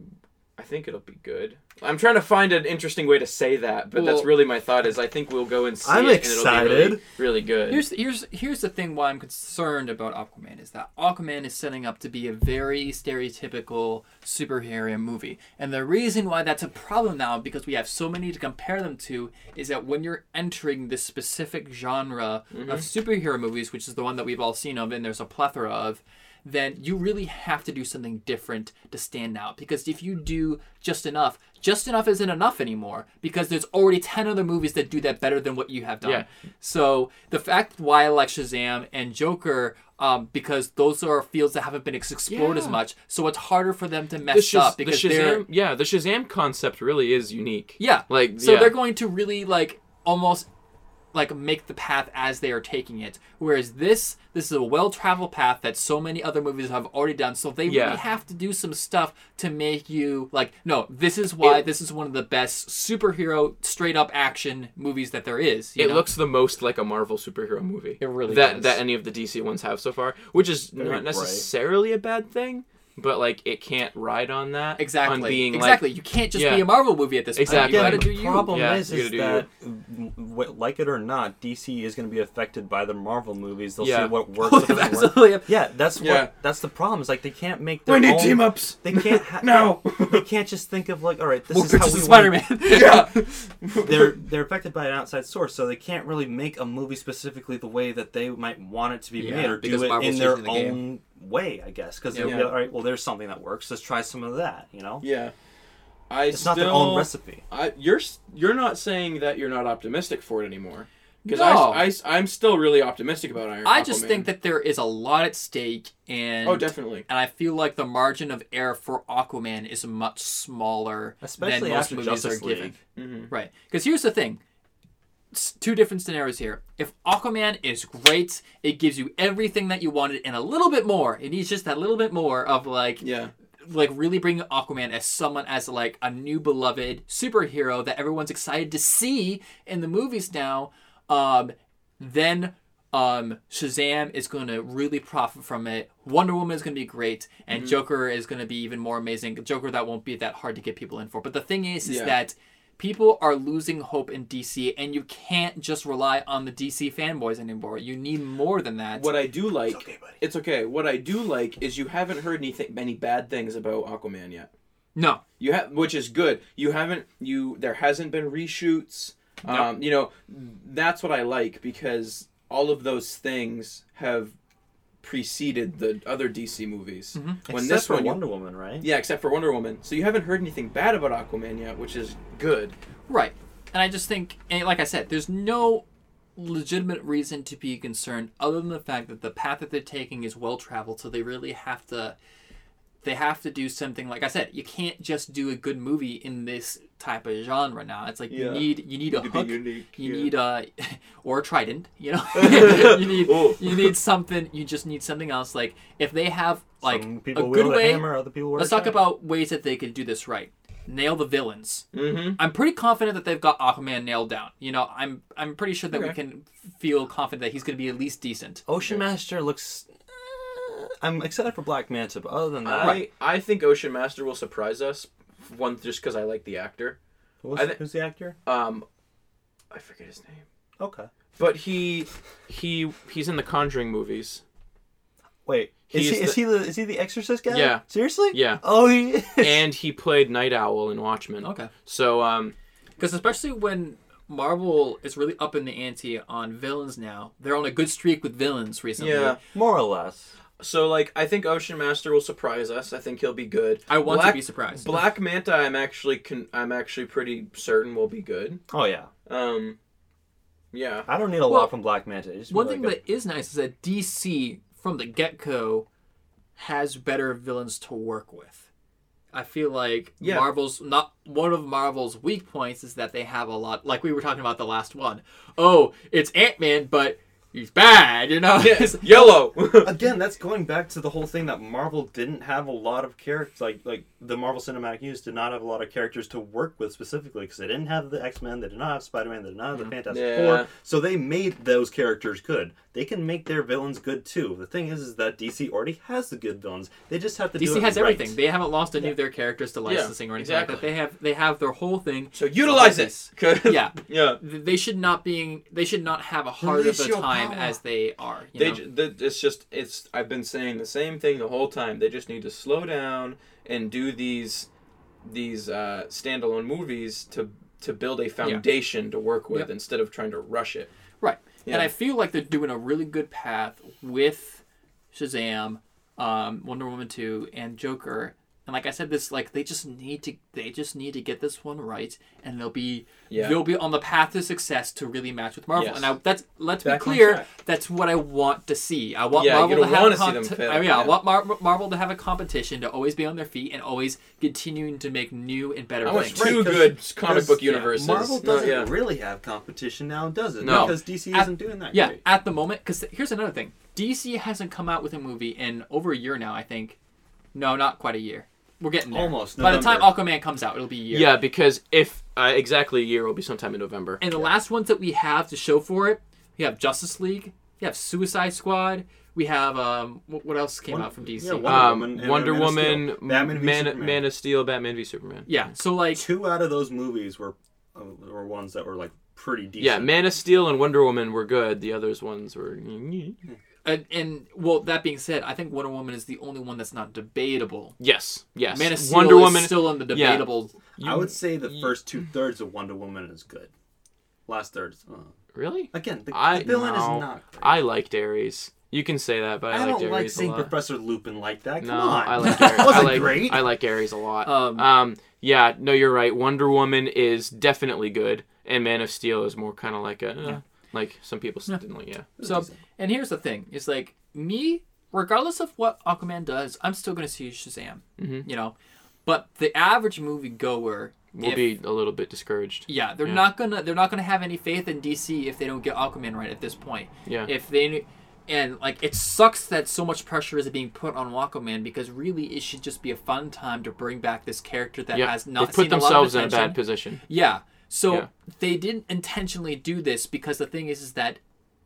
I think it'll be good. I'm trying to find an interesting way to say that, but that's
Well-
really my thought. Is I think we'll go and see
I'm
it, and it'll be really,
excited.
really good.
Here's here's here's the thing why I'm concerned about Aquaman is that Aquaman is setting up to be a very stereotypical superhero movie. And the reason why that's a problem now because we have so many to compare them to is that when you're entering this specific genre of superhero movies, which is the one that we've all seen of and there's a plethora of, then you really have to do something different to stand out because if you do just enough, just enough isn't enough anymore because there's already 10 other movies that do that better than what you have done.
Yeah.
So the fact why I like Shazam and Joker, um, because those are fields that haven't been ex- explored as
Yeah.
much, so it's harder for them to mess
the, Shaz-
up
the
because they're
Shazam, yeah, the Shazam concept really is unique.
yeah,
like
so
yeah.
they're going to really like almost like make the path as they are taking it. Whereas this, this is a well-traveled path that so many other movies have already done. So they
Yeah.
really have to do some stuff to make you like, no, this is why
It-
this is one of the best superhero straight-up action movies that there is. you
It
know?
looks the most like a Marvel superhero movie.
It really
that
does.
that any of the DC ones have so far, which is not
bright.
necessarily a bad thing, but like it can't ride on that.
exactly
on being
exactly.
Like,
you can't just
yeah.
be a Marvel movie at this
Exactly.
point.
Yeah,
You gotta
but
do
The
you.
problem
Yeah,
is,
you
is
gotta do
that w- like it or not, DC is going to be affected by the Marvel movies. They'll
Yeah.
see what works. and doesn't work.
Oh, Absolutely.
Yeah, that's
Yeah.
what that's the problem. Is like they can't make. Their own-
ups.
They can't. Ha-
No.
they can't just think of like, all right, this
Well,
is how
Chris
we
is
want-
Spider-Man. yeah.
they're they're affected by an outside source, so they can't really make a movie specifically the way that they might want it to be
Yeah,
made, or do
because
it
Marvel's
in their
changing the
own
game.
way, I guess. Because
Yeah.
all right, well, there's something that works. Let's try some of that. You know,
Yeah, I
it's not their own recipe.
I, you're s- you're not saying that you're not optimistic for it anymore. Because
No.
I, am still really optimistic about Iron.
I just
Aquaman.
think that there is a lot at stake, and
oh definitely
and I feel like the margin of error for Aquaman is much smaller
Especially
than most
after
movies
Justice
are
League. Mm-hmm.
given. Right? Because here's the thing: s- two different scenarios here. If Aquaman is great, it gives you everything that you wanted and a little bit more. It needs just that little bit more of like
yeah
like really bring Aquaman as someone as like a new beloved superhero that everyone's excited to see in the movies now. Um, then um, Shazam is going to really profit from it. Wonder Woman is going to be great, and
Mm-hmm.
Joker is going to be even more amazing. Joker that won't be that hard to get people in for. But the thing is, is
Yeah.
that people are losing hope in DC, and you can't just rely on the DC fanboys anymore. You need more than that.
What I do like, it's okay, What I do like is you haven't heard anything, any bad things about Aquaman yet.
no,
You have, which is good. You haven't, you there hasn't been reshoots. Um, you know, that's what I like because all of those things have preceded the other DC movies. When
Except
this
for
one, you-
Wonder Woman, right?
yeah, except for Wonder Woman. So you haven't heard anything bad about Aquaman yet, which is good.
Right. And I just think, and like I said, there's no legitimate reason to be concerned other than the fact that the path that they're taking is well traveled, so they really have to They have to do something like I said. You can't just do a good movie in this type of genre now. It's like
Yeah.
you need you need a
need to be
hook.
unique,
you
yeah.
need a or a trident. You know, you need
Ooh.
you need something. You just need something else. Like if they have like
Some
a
people
good
wield a
way.
hammer, other people wear a
let's talk
trident.
about ways that they could do this right. Nail the villains. Mm-hmm. I'm pretty confident that they've got Aquaman nailed down. You know, I'm I'm pretty sure that we can feel confident that he's going to be at least decent.
Ocean Master looks. eh, I'm excited for Black Manta, but other than that,
I Uh, I think Ocean Master will surprise us. One just because I like the actor.
who's,
I thi-
who's the actor?
Uh,
Um, I forget his name.
Okay,
But he he he's in the Conjuring movies.
wait, is
He's
he, is
the-
he the is he the Exorcist guy?
Yeah.
seriously?
Yeah.
Oh, he is.
and he played Night Owl in Watchmen.
Okay.
So um
Because especially when Marvel is really up in the ante on villains now, they're on a good streak with villains recently.
yeah.
more or less.
So like I think Ocean Master will surprise us. I think he'll be good.
I want to be surprised.
Black Manta I'm actually con- I'm actually pretty certain will be good.
Oh yeah,
Um yeah.
I don't need a
Well,
lot from Black Manta. It's
One
really
thing
good.
that is nice is that DC from the get go has better villains to work with. I feel like
Yeah.
Marvel's not one of Marvel's weak points is that they have a lot like we were talking about the last one. Oh, it's Ant Man, but he's bad, you know?
Yes, yellow.
Again, that's going back to the whole thing that Marvel didn't have a lot of characters. Like, like the Marvel Cinematic Universe did not have a lot of characters to work with specifically because they didn't have the X Men, they did not have Spider Man, they did not
Mm-hmm.
have the Fantastic
Yeah.
Four. So they made those characters good. They can make their villains good too. The thing is, is that DC already has the good villains. They just have to. do
DC
it
has
right.
everything. They haven't lost any of their characters to licensing or anything like
exactly.
that. They have they have their whole thing.
so utilize
this.
this. 'Cause-
Yeah.
Yeah.
Th- They should not being they should not have a hard of
Release
a
your
time
power.
as they are. You
They
know?
ju- th- it's just it's I've been saying the same thing the whole time. They just need to slow down and do these these uh, standalone movies to to build a foundation to work with
Yep.
instead of trying to rush it.
Right.
Yeah.
And I feel like they're doing a really good path with Shazam, um, Wonder Woman 2, and Joker. And like I said, this like they just need to they just need to get this one right, and they'll be
Yeah.
they'll be on the path to success to really match with Marvel.
Yes.
And I, that's let's
Back on
be clear,
track.
that's what I want to see. I want
Yeah, you
Marvel to
don't
have
wanna
a
see them
cont-
fail,
I mean, yeah,
yeah.
I want Mar- Marvel to have a competition to always be on their feet and always continuing to make new and better
I
things.
want two good comic book universes.
Marvel
No,
doesn't
yeah.
really have competition now, does it?
No.
Because DC
At-
isn't doing that.
Yeah,
great.
at the moment, because here's another thing: DC hasn't come out with a movie in over a year now. I think, no, not quite a year. We're getting there.
Almost,
By the time
November.
Aquaman comes out, it'll be a year.
Yeah, because if uh, exactly a year will be sometime in November.
And the last ones that we have to show for it, we have Justice League, we have Suicide Squad, we have um, wh- what else came out from Uh, DC?
yeah, Wonder
um,
Woman and
Wonder
Man of Steel.
Woman,
Batman v
Man,
Superman.
Man of Steel, Batman v Superman.
yeah. So like,
Two out of those movies were uh, were ones that were like pretty decent.
Yeah, Man of Steel and Wonder Woman were good. The others ones were.
and, uh, and well, that being said, I think Wonder Woman is the only one that's not debatable.
Yes, yes.
Man of Steel is still in the
yeah.
debatable.
I would say the first
mm-hmm.
two thirds of Wonder Woman is good. Last third, uh,
Really?
again, the,
I
the villain
no.
is not. Great.
I liked Ares. You can say that, but I,
I,
liked
don't like
Ares
seeing
a lot.
Professor Lupin like that. Come
no,
on,
I like Ares.
that wasn't
I like,
great.
I like Ares a lot. Um,
Um,
yeah, no, you're right. Wonder Woman is definitely good, and Man of Steel is more kind of like a. uh, Like some people s- didn't like, yeah.
So, and here's the thing: it's like me, regardless of what Aquaman does, I'm still gonna see Shazam.
Mm-hmm.
You know, but the average moviegoer
We'll
if-
be a little bit discouraged.
yeah, they're not gonna they're not gonna have any faith in DC if they don't get Aquaman right at this point.
Yeah.
If they and like it sucks that so much pressure is being put on Aquaman because really it should just be a fun time to bring back this character that
Yeah,
has
they
not
put
seen
themselves
a lot
in a
of
bad
attention.
position.
Yeah. So
Yeah.
they didn't intentionally do this because the thing is, is that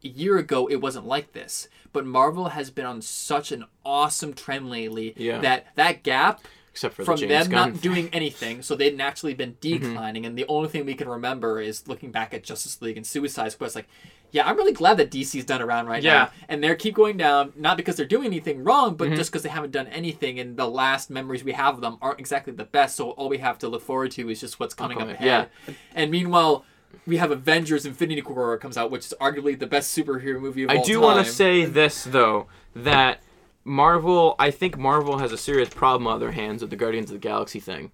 a year ago it wasn't like this. But Marvel has been on such an awesome trend lately
Yeah.
that that gap
Except for the
from
James
them
Gunn Mm-hmm.
not doing anything, so they'd naturally been declining. And the only thing we can remember is looking back at Justice League and Suicide Squad. It's like, yeah, I'm really glad that DC's done around right
Yeah.
now, and they're keep going down, not because they're doing anything wrong,
Mm-hmm.
but just because they haven't done anything. And the last memories we have of them aren't exactly the best. So all we have to look forward to is just what's coming up
Aquaman,
ahead. And meanwhile, we have Avengers: Infinity War comes out, which is arguably the best superhero movie of
I
all
do
time.
want to say this though that Marvel, I think Marvel has a serious problem on their hands with the Guardians of the Galaxy thing.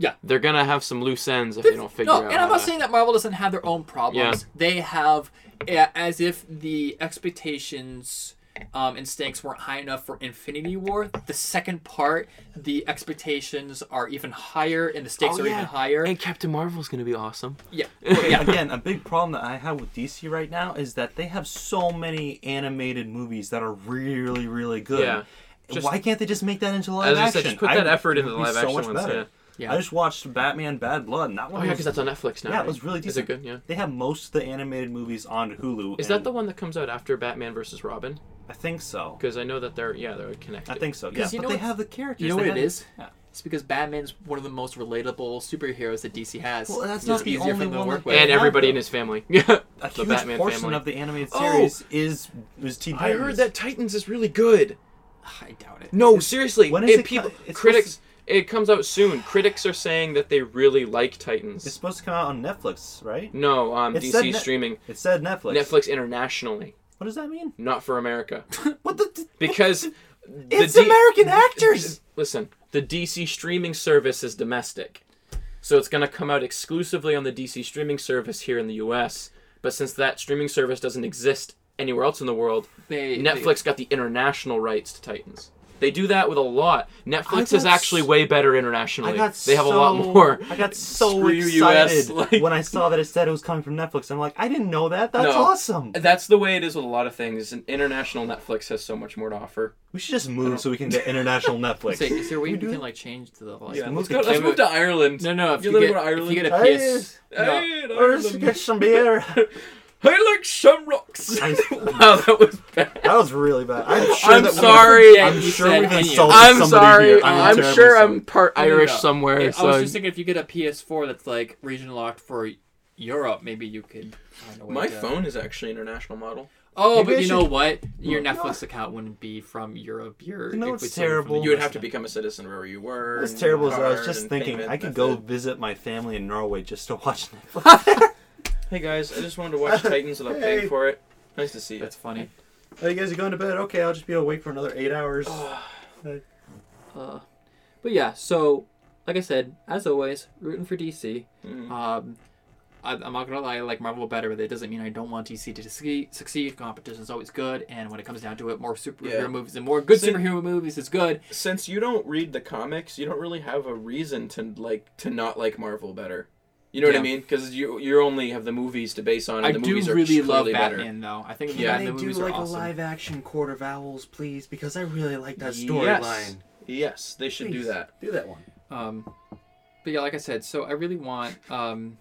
Yeah.
they're gonna have some loose ends if they don't figure
no,
out.
and
how
I'm not
to-
saying that Marvel doesn't have their own problems. They have, a- as if the expectations um, and stakes weren't high enough for Infinity War. The second part, the expectations are even higher, and the
Oh,
stakes are even higher.
And Captain Marvel's gonna be awesome.
yeah,
yeah. Again, a big problem that I have with DC right now is that they have so many animated movies that are really, really good.
Yeah. Just-
Why can't they just make that into live
As I
action?
said, just put that
I-
effort
it
into
would be
the live
so
action
much
ones,
better.
yeah.
Yeah.
I just watched Batman Bad Blood, and that one
Oh yeah,
was,
because that's on Netflix now.
yeah,
right?
it was really
Is
decent.
it good? Yeah.
They have most of the animated movies on Hulu.
Is that the one that comes out after Batman versus Robin?
I think so.
Because I know that they're yeah they're connected.
I think so. Yeah,
'Cause you
but
know
they
what's-
have the characters.
you know
they
what it
have-
is?
Yeah.
It's because Batman's one of the most relatable superheroes that DC has.
Well, that's
It's
not the
easier for
only
them to
one
work
that-
with.
and
Yeah,
everybody
though.
in his family. Yeah.
A
the
huge
Batman
portion
family.
of the animated
Oh!
series is was Teen
I
Titans.
heard that Titans is really good.
I doubt it.
No, seriously.
when
When
is
is
it
people,
co- it's
critics,
supposed
it comes out soon. Critics are saying that they really like Titans.
It's supposed to come out on Netflix, right?
no, um,
It said
DC
Net-
streaming.
It said Netflix.
Netflix internationally,
What does that mean?
not for America,
What the?
because
It's
the D-
American actors.
Listen, the DC streaming service is domestic, so it's going to come out exclusively on the DC streaming service here in the U.S. But since that streaming service doesn't exist anywhere else in the world,
They-
Netflix got the international rights to Titans. They do that with a lot. Netflix
I
is
got
actually
s-
way better internationally. They have a lot more.
I got so
Screw
excited
US, like-
when I saw that it said it was coming from Netflix. I'm like, I didn't know that. That's
No.
awesome.
That's the way it is with a lot of things. And international Netflix has so much more to offer.
We should just move so we can get international Netflix.
Say, is there a way we can like change the like?
Yeah, let's
move
go.
to
Let's
Canada.
move to Ireland.
No, no. If you,
live
get,
in
if
Ireland.
you get
Hey,
a PS, no,
Hey, in
Let's
Ireland.
get some beer.
I like shamrocks.
I-
wow, that was bad.
That was really bad. I'm, sure
I'm
that we-
sorry.
I'm
And you
sure
said
we've
any of it.
insulted
I'm
somebody
sorry.
here.
I'm
terribly
sure
sorry.
I'm part
No, no,
Irish
no.
somewhere.
Yeah, I
so
was just thinking if you get a PS4 that's like region locked for Europe, maybe you could. Find a way
my
to...
phone is actually international model.
Oh,
Maybe I
but you know
should-
what? Your Netflix account wouldn't be from Europe. Your
You know
it
what's
would still be from the
terrible?
US.
You would have to become a citizen wherever you were.
As
and
terrible as I was
card
just
and
thinking,
payment
I could go
method.
visit my family in Norway just to watch Netflix.
Hey guys, I just wanted to watch Titans without
Hey.
paying for it. Nice to see you.
That's funny.
Are you guys going to bed? Okay, I'll just be awake for another eight hours.
But yeah, so like I said, as always, rooting for DC.
Mm.
Um, I, I'm not gonna lie, I like Marvel better, but it doesn't mean I don't want DC to succeed. succeed. Competition is always good, and when it comes down to it, more superhero
Yeah.
movies and more good
Sin-
superhero movies is good.
Since you don't read the comics, you don't really have a reason to like to not like Marvel better. You know what
Yeah.
I mean? Because you you only have the movies to base on. And
I
the
do
movies are
really love
clearly better.
Batman, though. I think the
Yeah.
Batman movies are awesome.
action Court of Owls, please? Because I really like that
Yes. Yes, they should do that.
Do that one.
Um, but yeah, like I said, so I really want, um,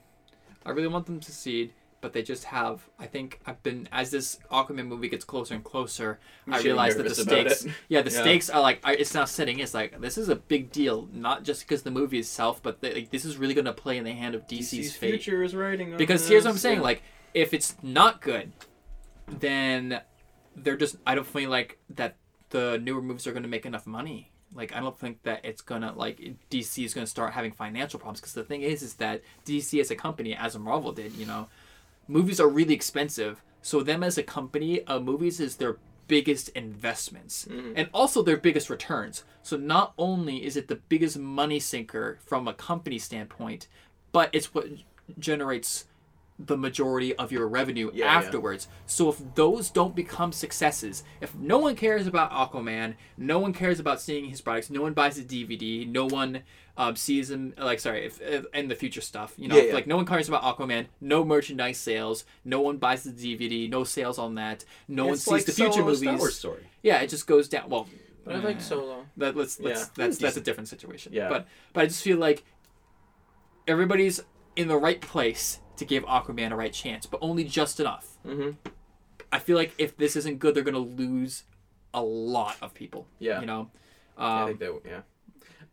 I really want them to succeed, but they just have. I think I've been as this Aquaman movie gets closer and closer, I
getting
realize that the
nervous about
stakes,
it.
yeah, the
Yeah.
stakes are like I, it's now setting. It's like this is a big deal, not just because the movie itself, but they, like, this is really going to play in the hand of DC's,
DC's
fate.
future is writing. on
Because here's what I'm
this.
saying: like, if it's not good, then they're just. I don't feel like that the newer movies are going to make enough money. Like, I don't think that it's gonna like DC is gonna start having financial problems. Because the thing is, is that DC as a company, as a Marvel did, you know, movies are really expensive. So them as a company, uh, movies is their biggest investments
Mm.
and also their biggest returns. So not only is it the biggest money sinker from a company standpoint, but it's what generates the majority of your revenue
yeah.
afterwards. So if those don't become successes, if no one cares about Aquaman, no one cares about seeing his products, no one buys his DVD, no one um, sees him like sorry, if, if and the future stuff, you know,
Yeah, yeah.
like no one cares about Aquaman, no merchandise sales, no one buys the DVD, no sales on that, no one sees the future movies.
story.
Yeah, it just goes down. Well,
But I like Solo.
that let's let's
Yeah.
that's that's a different situation.
Yeah.
But but I just feel like everybody's in the right place to give Aquaman a right chance, but only just enough. Mm-hmm. I feel like if this isn't good, they're gonna lose a lot of people.
Yeah.
You know.
I
Um,
think that yeah.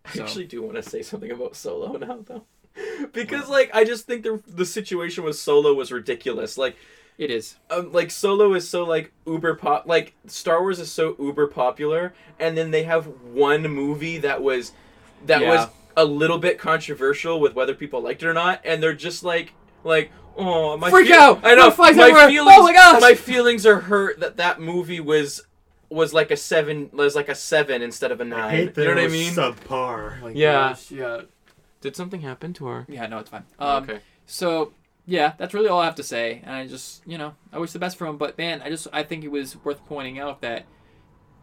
I
so-
actually do want to say something about Solo now though. Because like I just think the the situation with Solo was ridiculous. Like
it is.
um, like Solo is so like uber pop like Star Wars is so uber popular and then they have one movie that was that
Yeah.
was a little bit controversial with whether people liked it or not and they're just like like oh my
Freak out!
I know
Butterflies
my
everywhere! Oh
feelings
my gosh!
my feelings are hurt that that movie was was like a 7 was like a 7 instead of a 9 you know what I mean
Subpar.
Yeah.
yeah.
Did something happen to her?
Yeah. No, it's fine.
Oh,
Um, So yeah, that's really all I have to say. And I just you know I wish the best for him, but man, I just I think it was worth pointing out that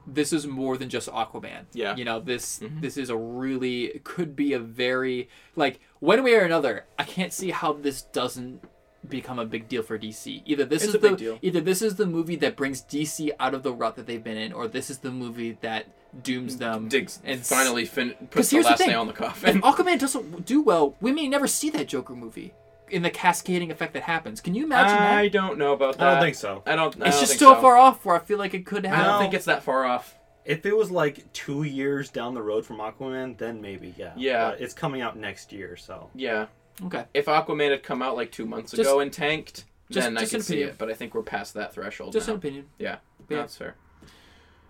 this is more than just Aquaman.
Yeah. Mm-hmm.
You know, this this is a really it could be a very like one way or another, I can't see how this doesn't become a big deal for DC. Either this
It's
is
a
the
big deal.
either this is the movie that brings DC out of the rut that they've been in, or this is the movie that dooms them
Diggs
and s-
finally fin- puts
'Cause
the
here's
last
the thing.
nail on the
If
coffin.
Aquaman doesn't do well, we may never see that Joker movie in the cascading effect that happens. Can you imagine
I
that?
don't know about that.
I don't think so.
I don't. I
It's
don't
just
think
so
so.
far off where I feel like it could
I don't
happen.
think it's that far off.
If it was like two years down the road from Aquaman, then maybe yeah.
Yeah.
But it's coming out next year, so
Yeah.
Okay.
If Aquaman had come out like two months
Just-
ago and tanked,
just-
then I
just
could
an
see
opinion.
it. But I think we're past that threshold.
Just
now.
an opinion.
Yeah.
Yeah.
That's fair.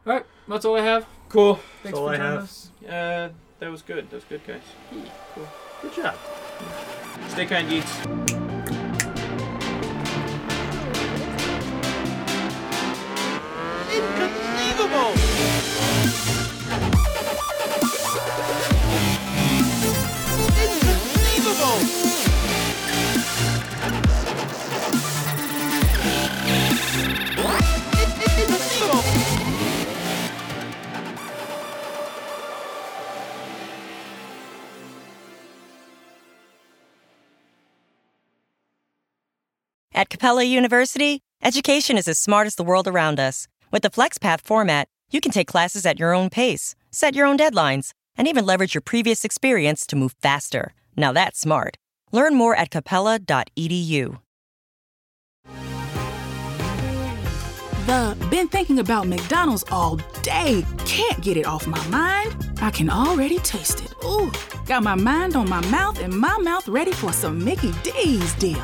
All right, that's all I have.
Cool.
Thanks
all
for
I
joining
have.
us.
Uh, that was good. That was good, guys.
good job.
Stay kind, Yeats.
At Capella University, education is as smart as the world around us. With the FlexPath format, you can take classes at your own pace, set your own deadlines, and even leverage your previous experience to move faster. Now that's smart. Learn more at capella.edu.
The been thinking about McDonald's all day. Can't get it off my mind. I can already taste it. Ooh, got my mind on my mouth and my mouth ready for some Mickey D's deal.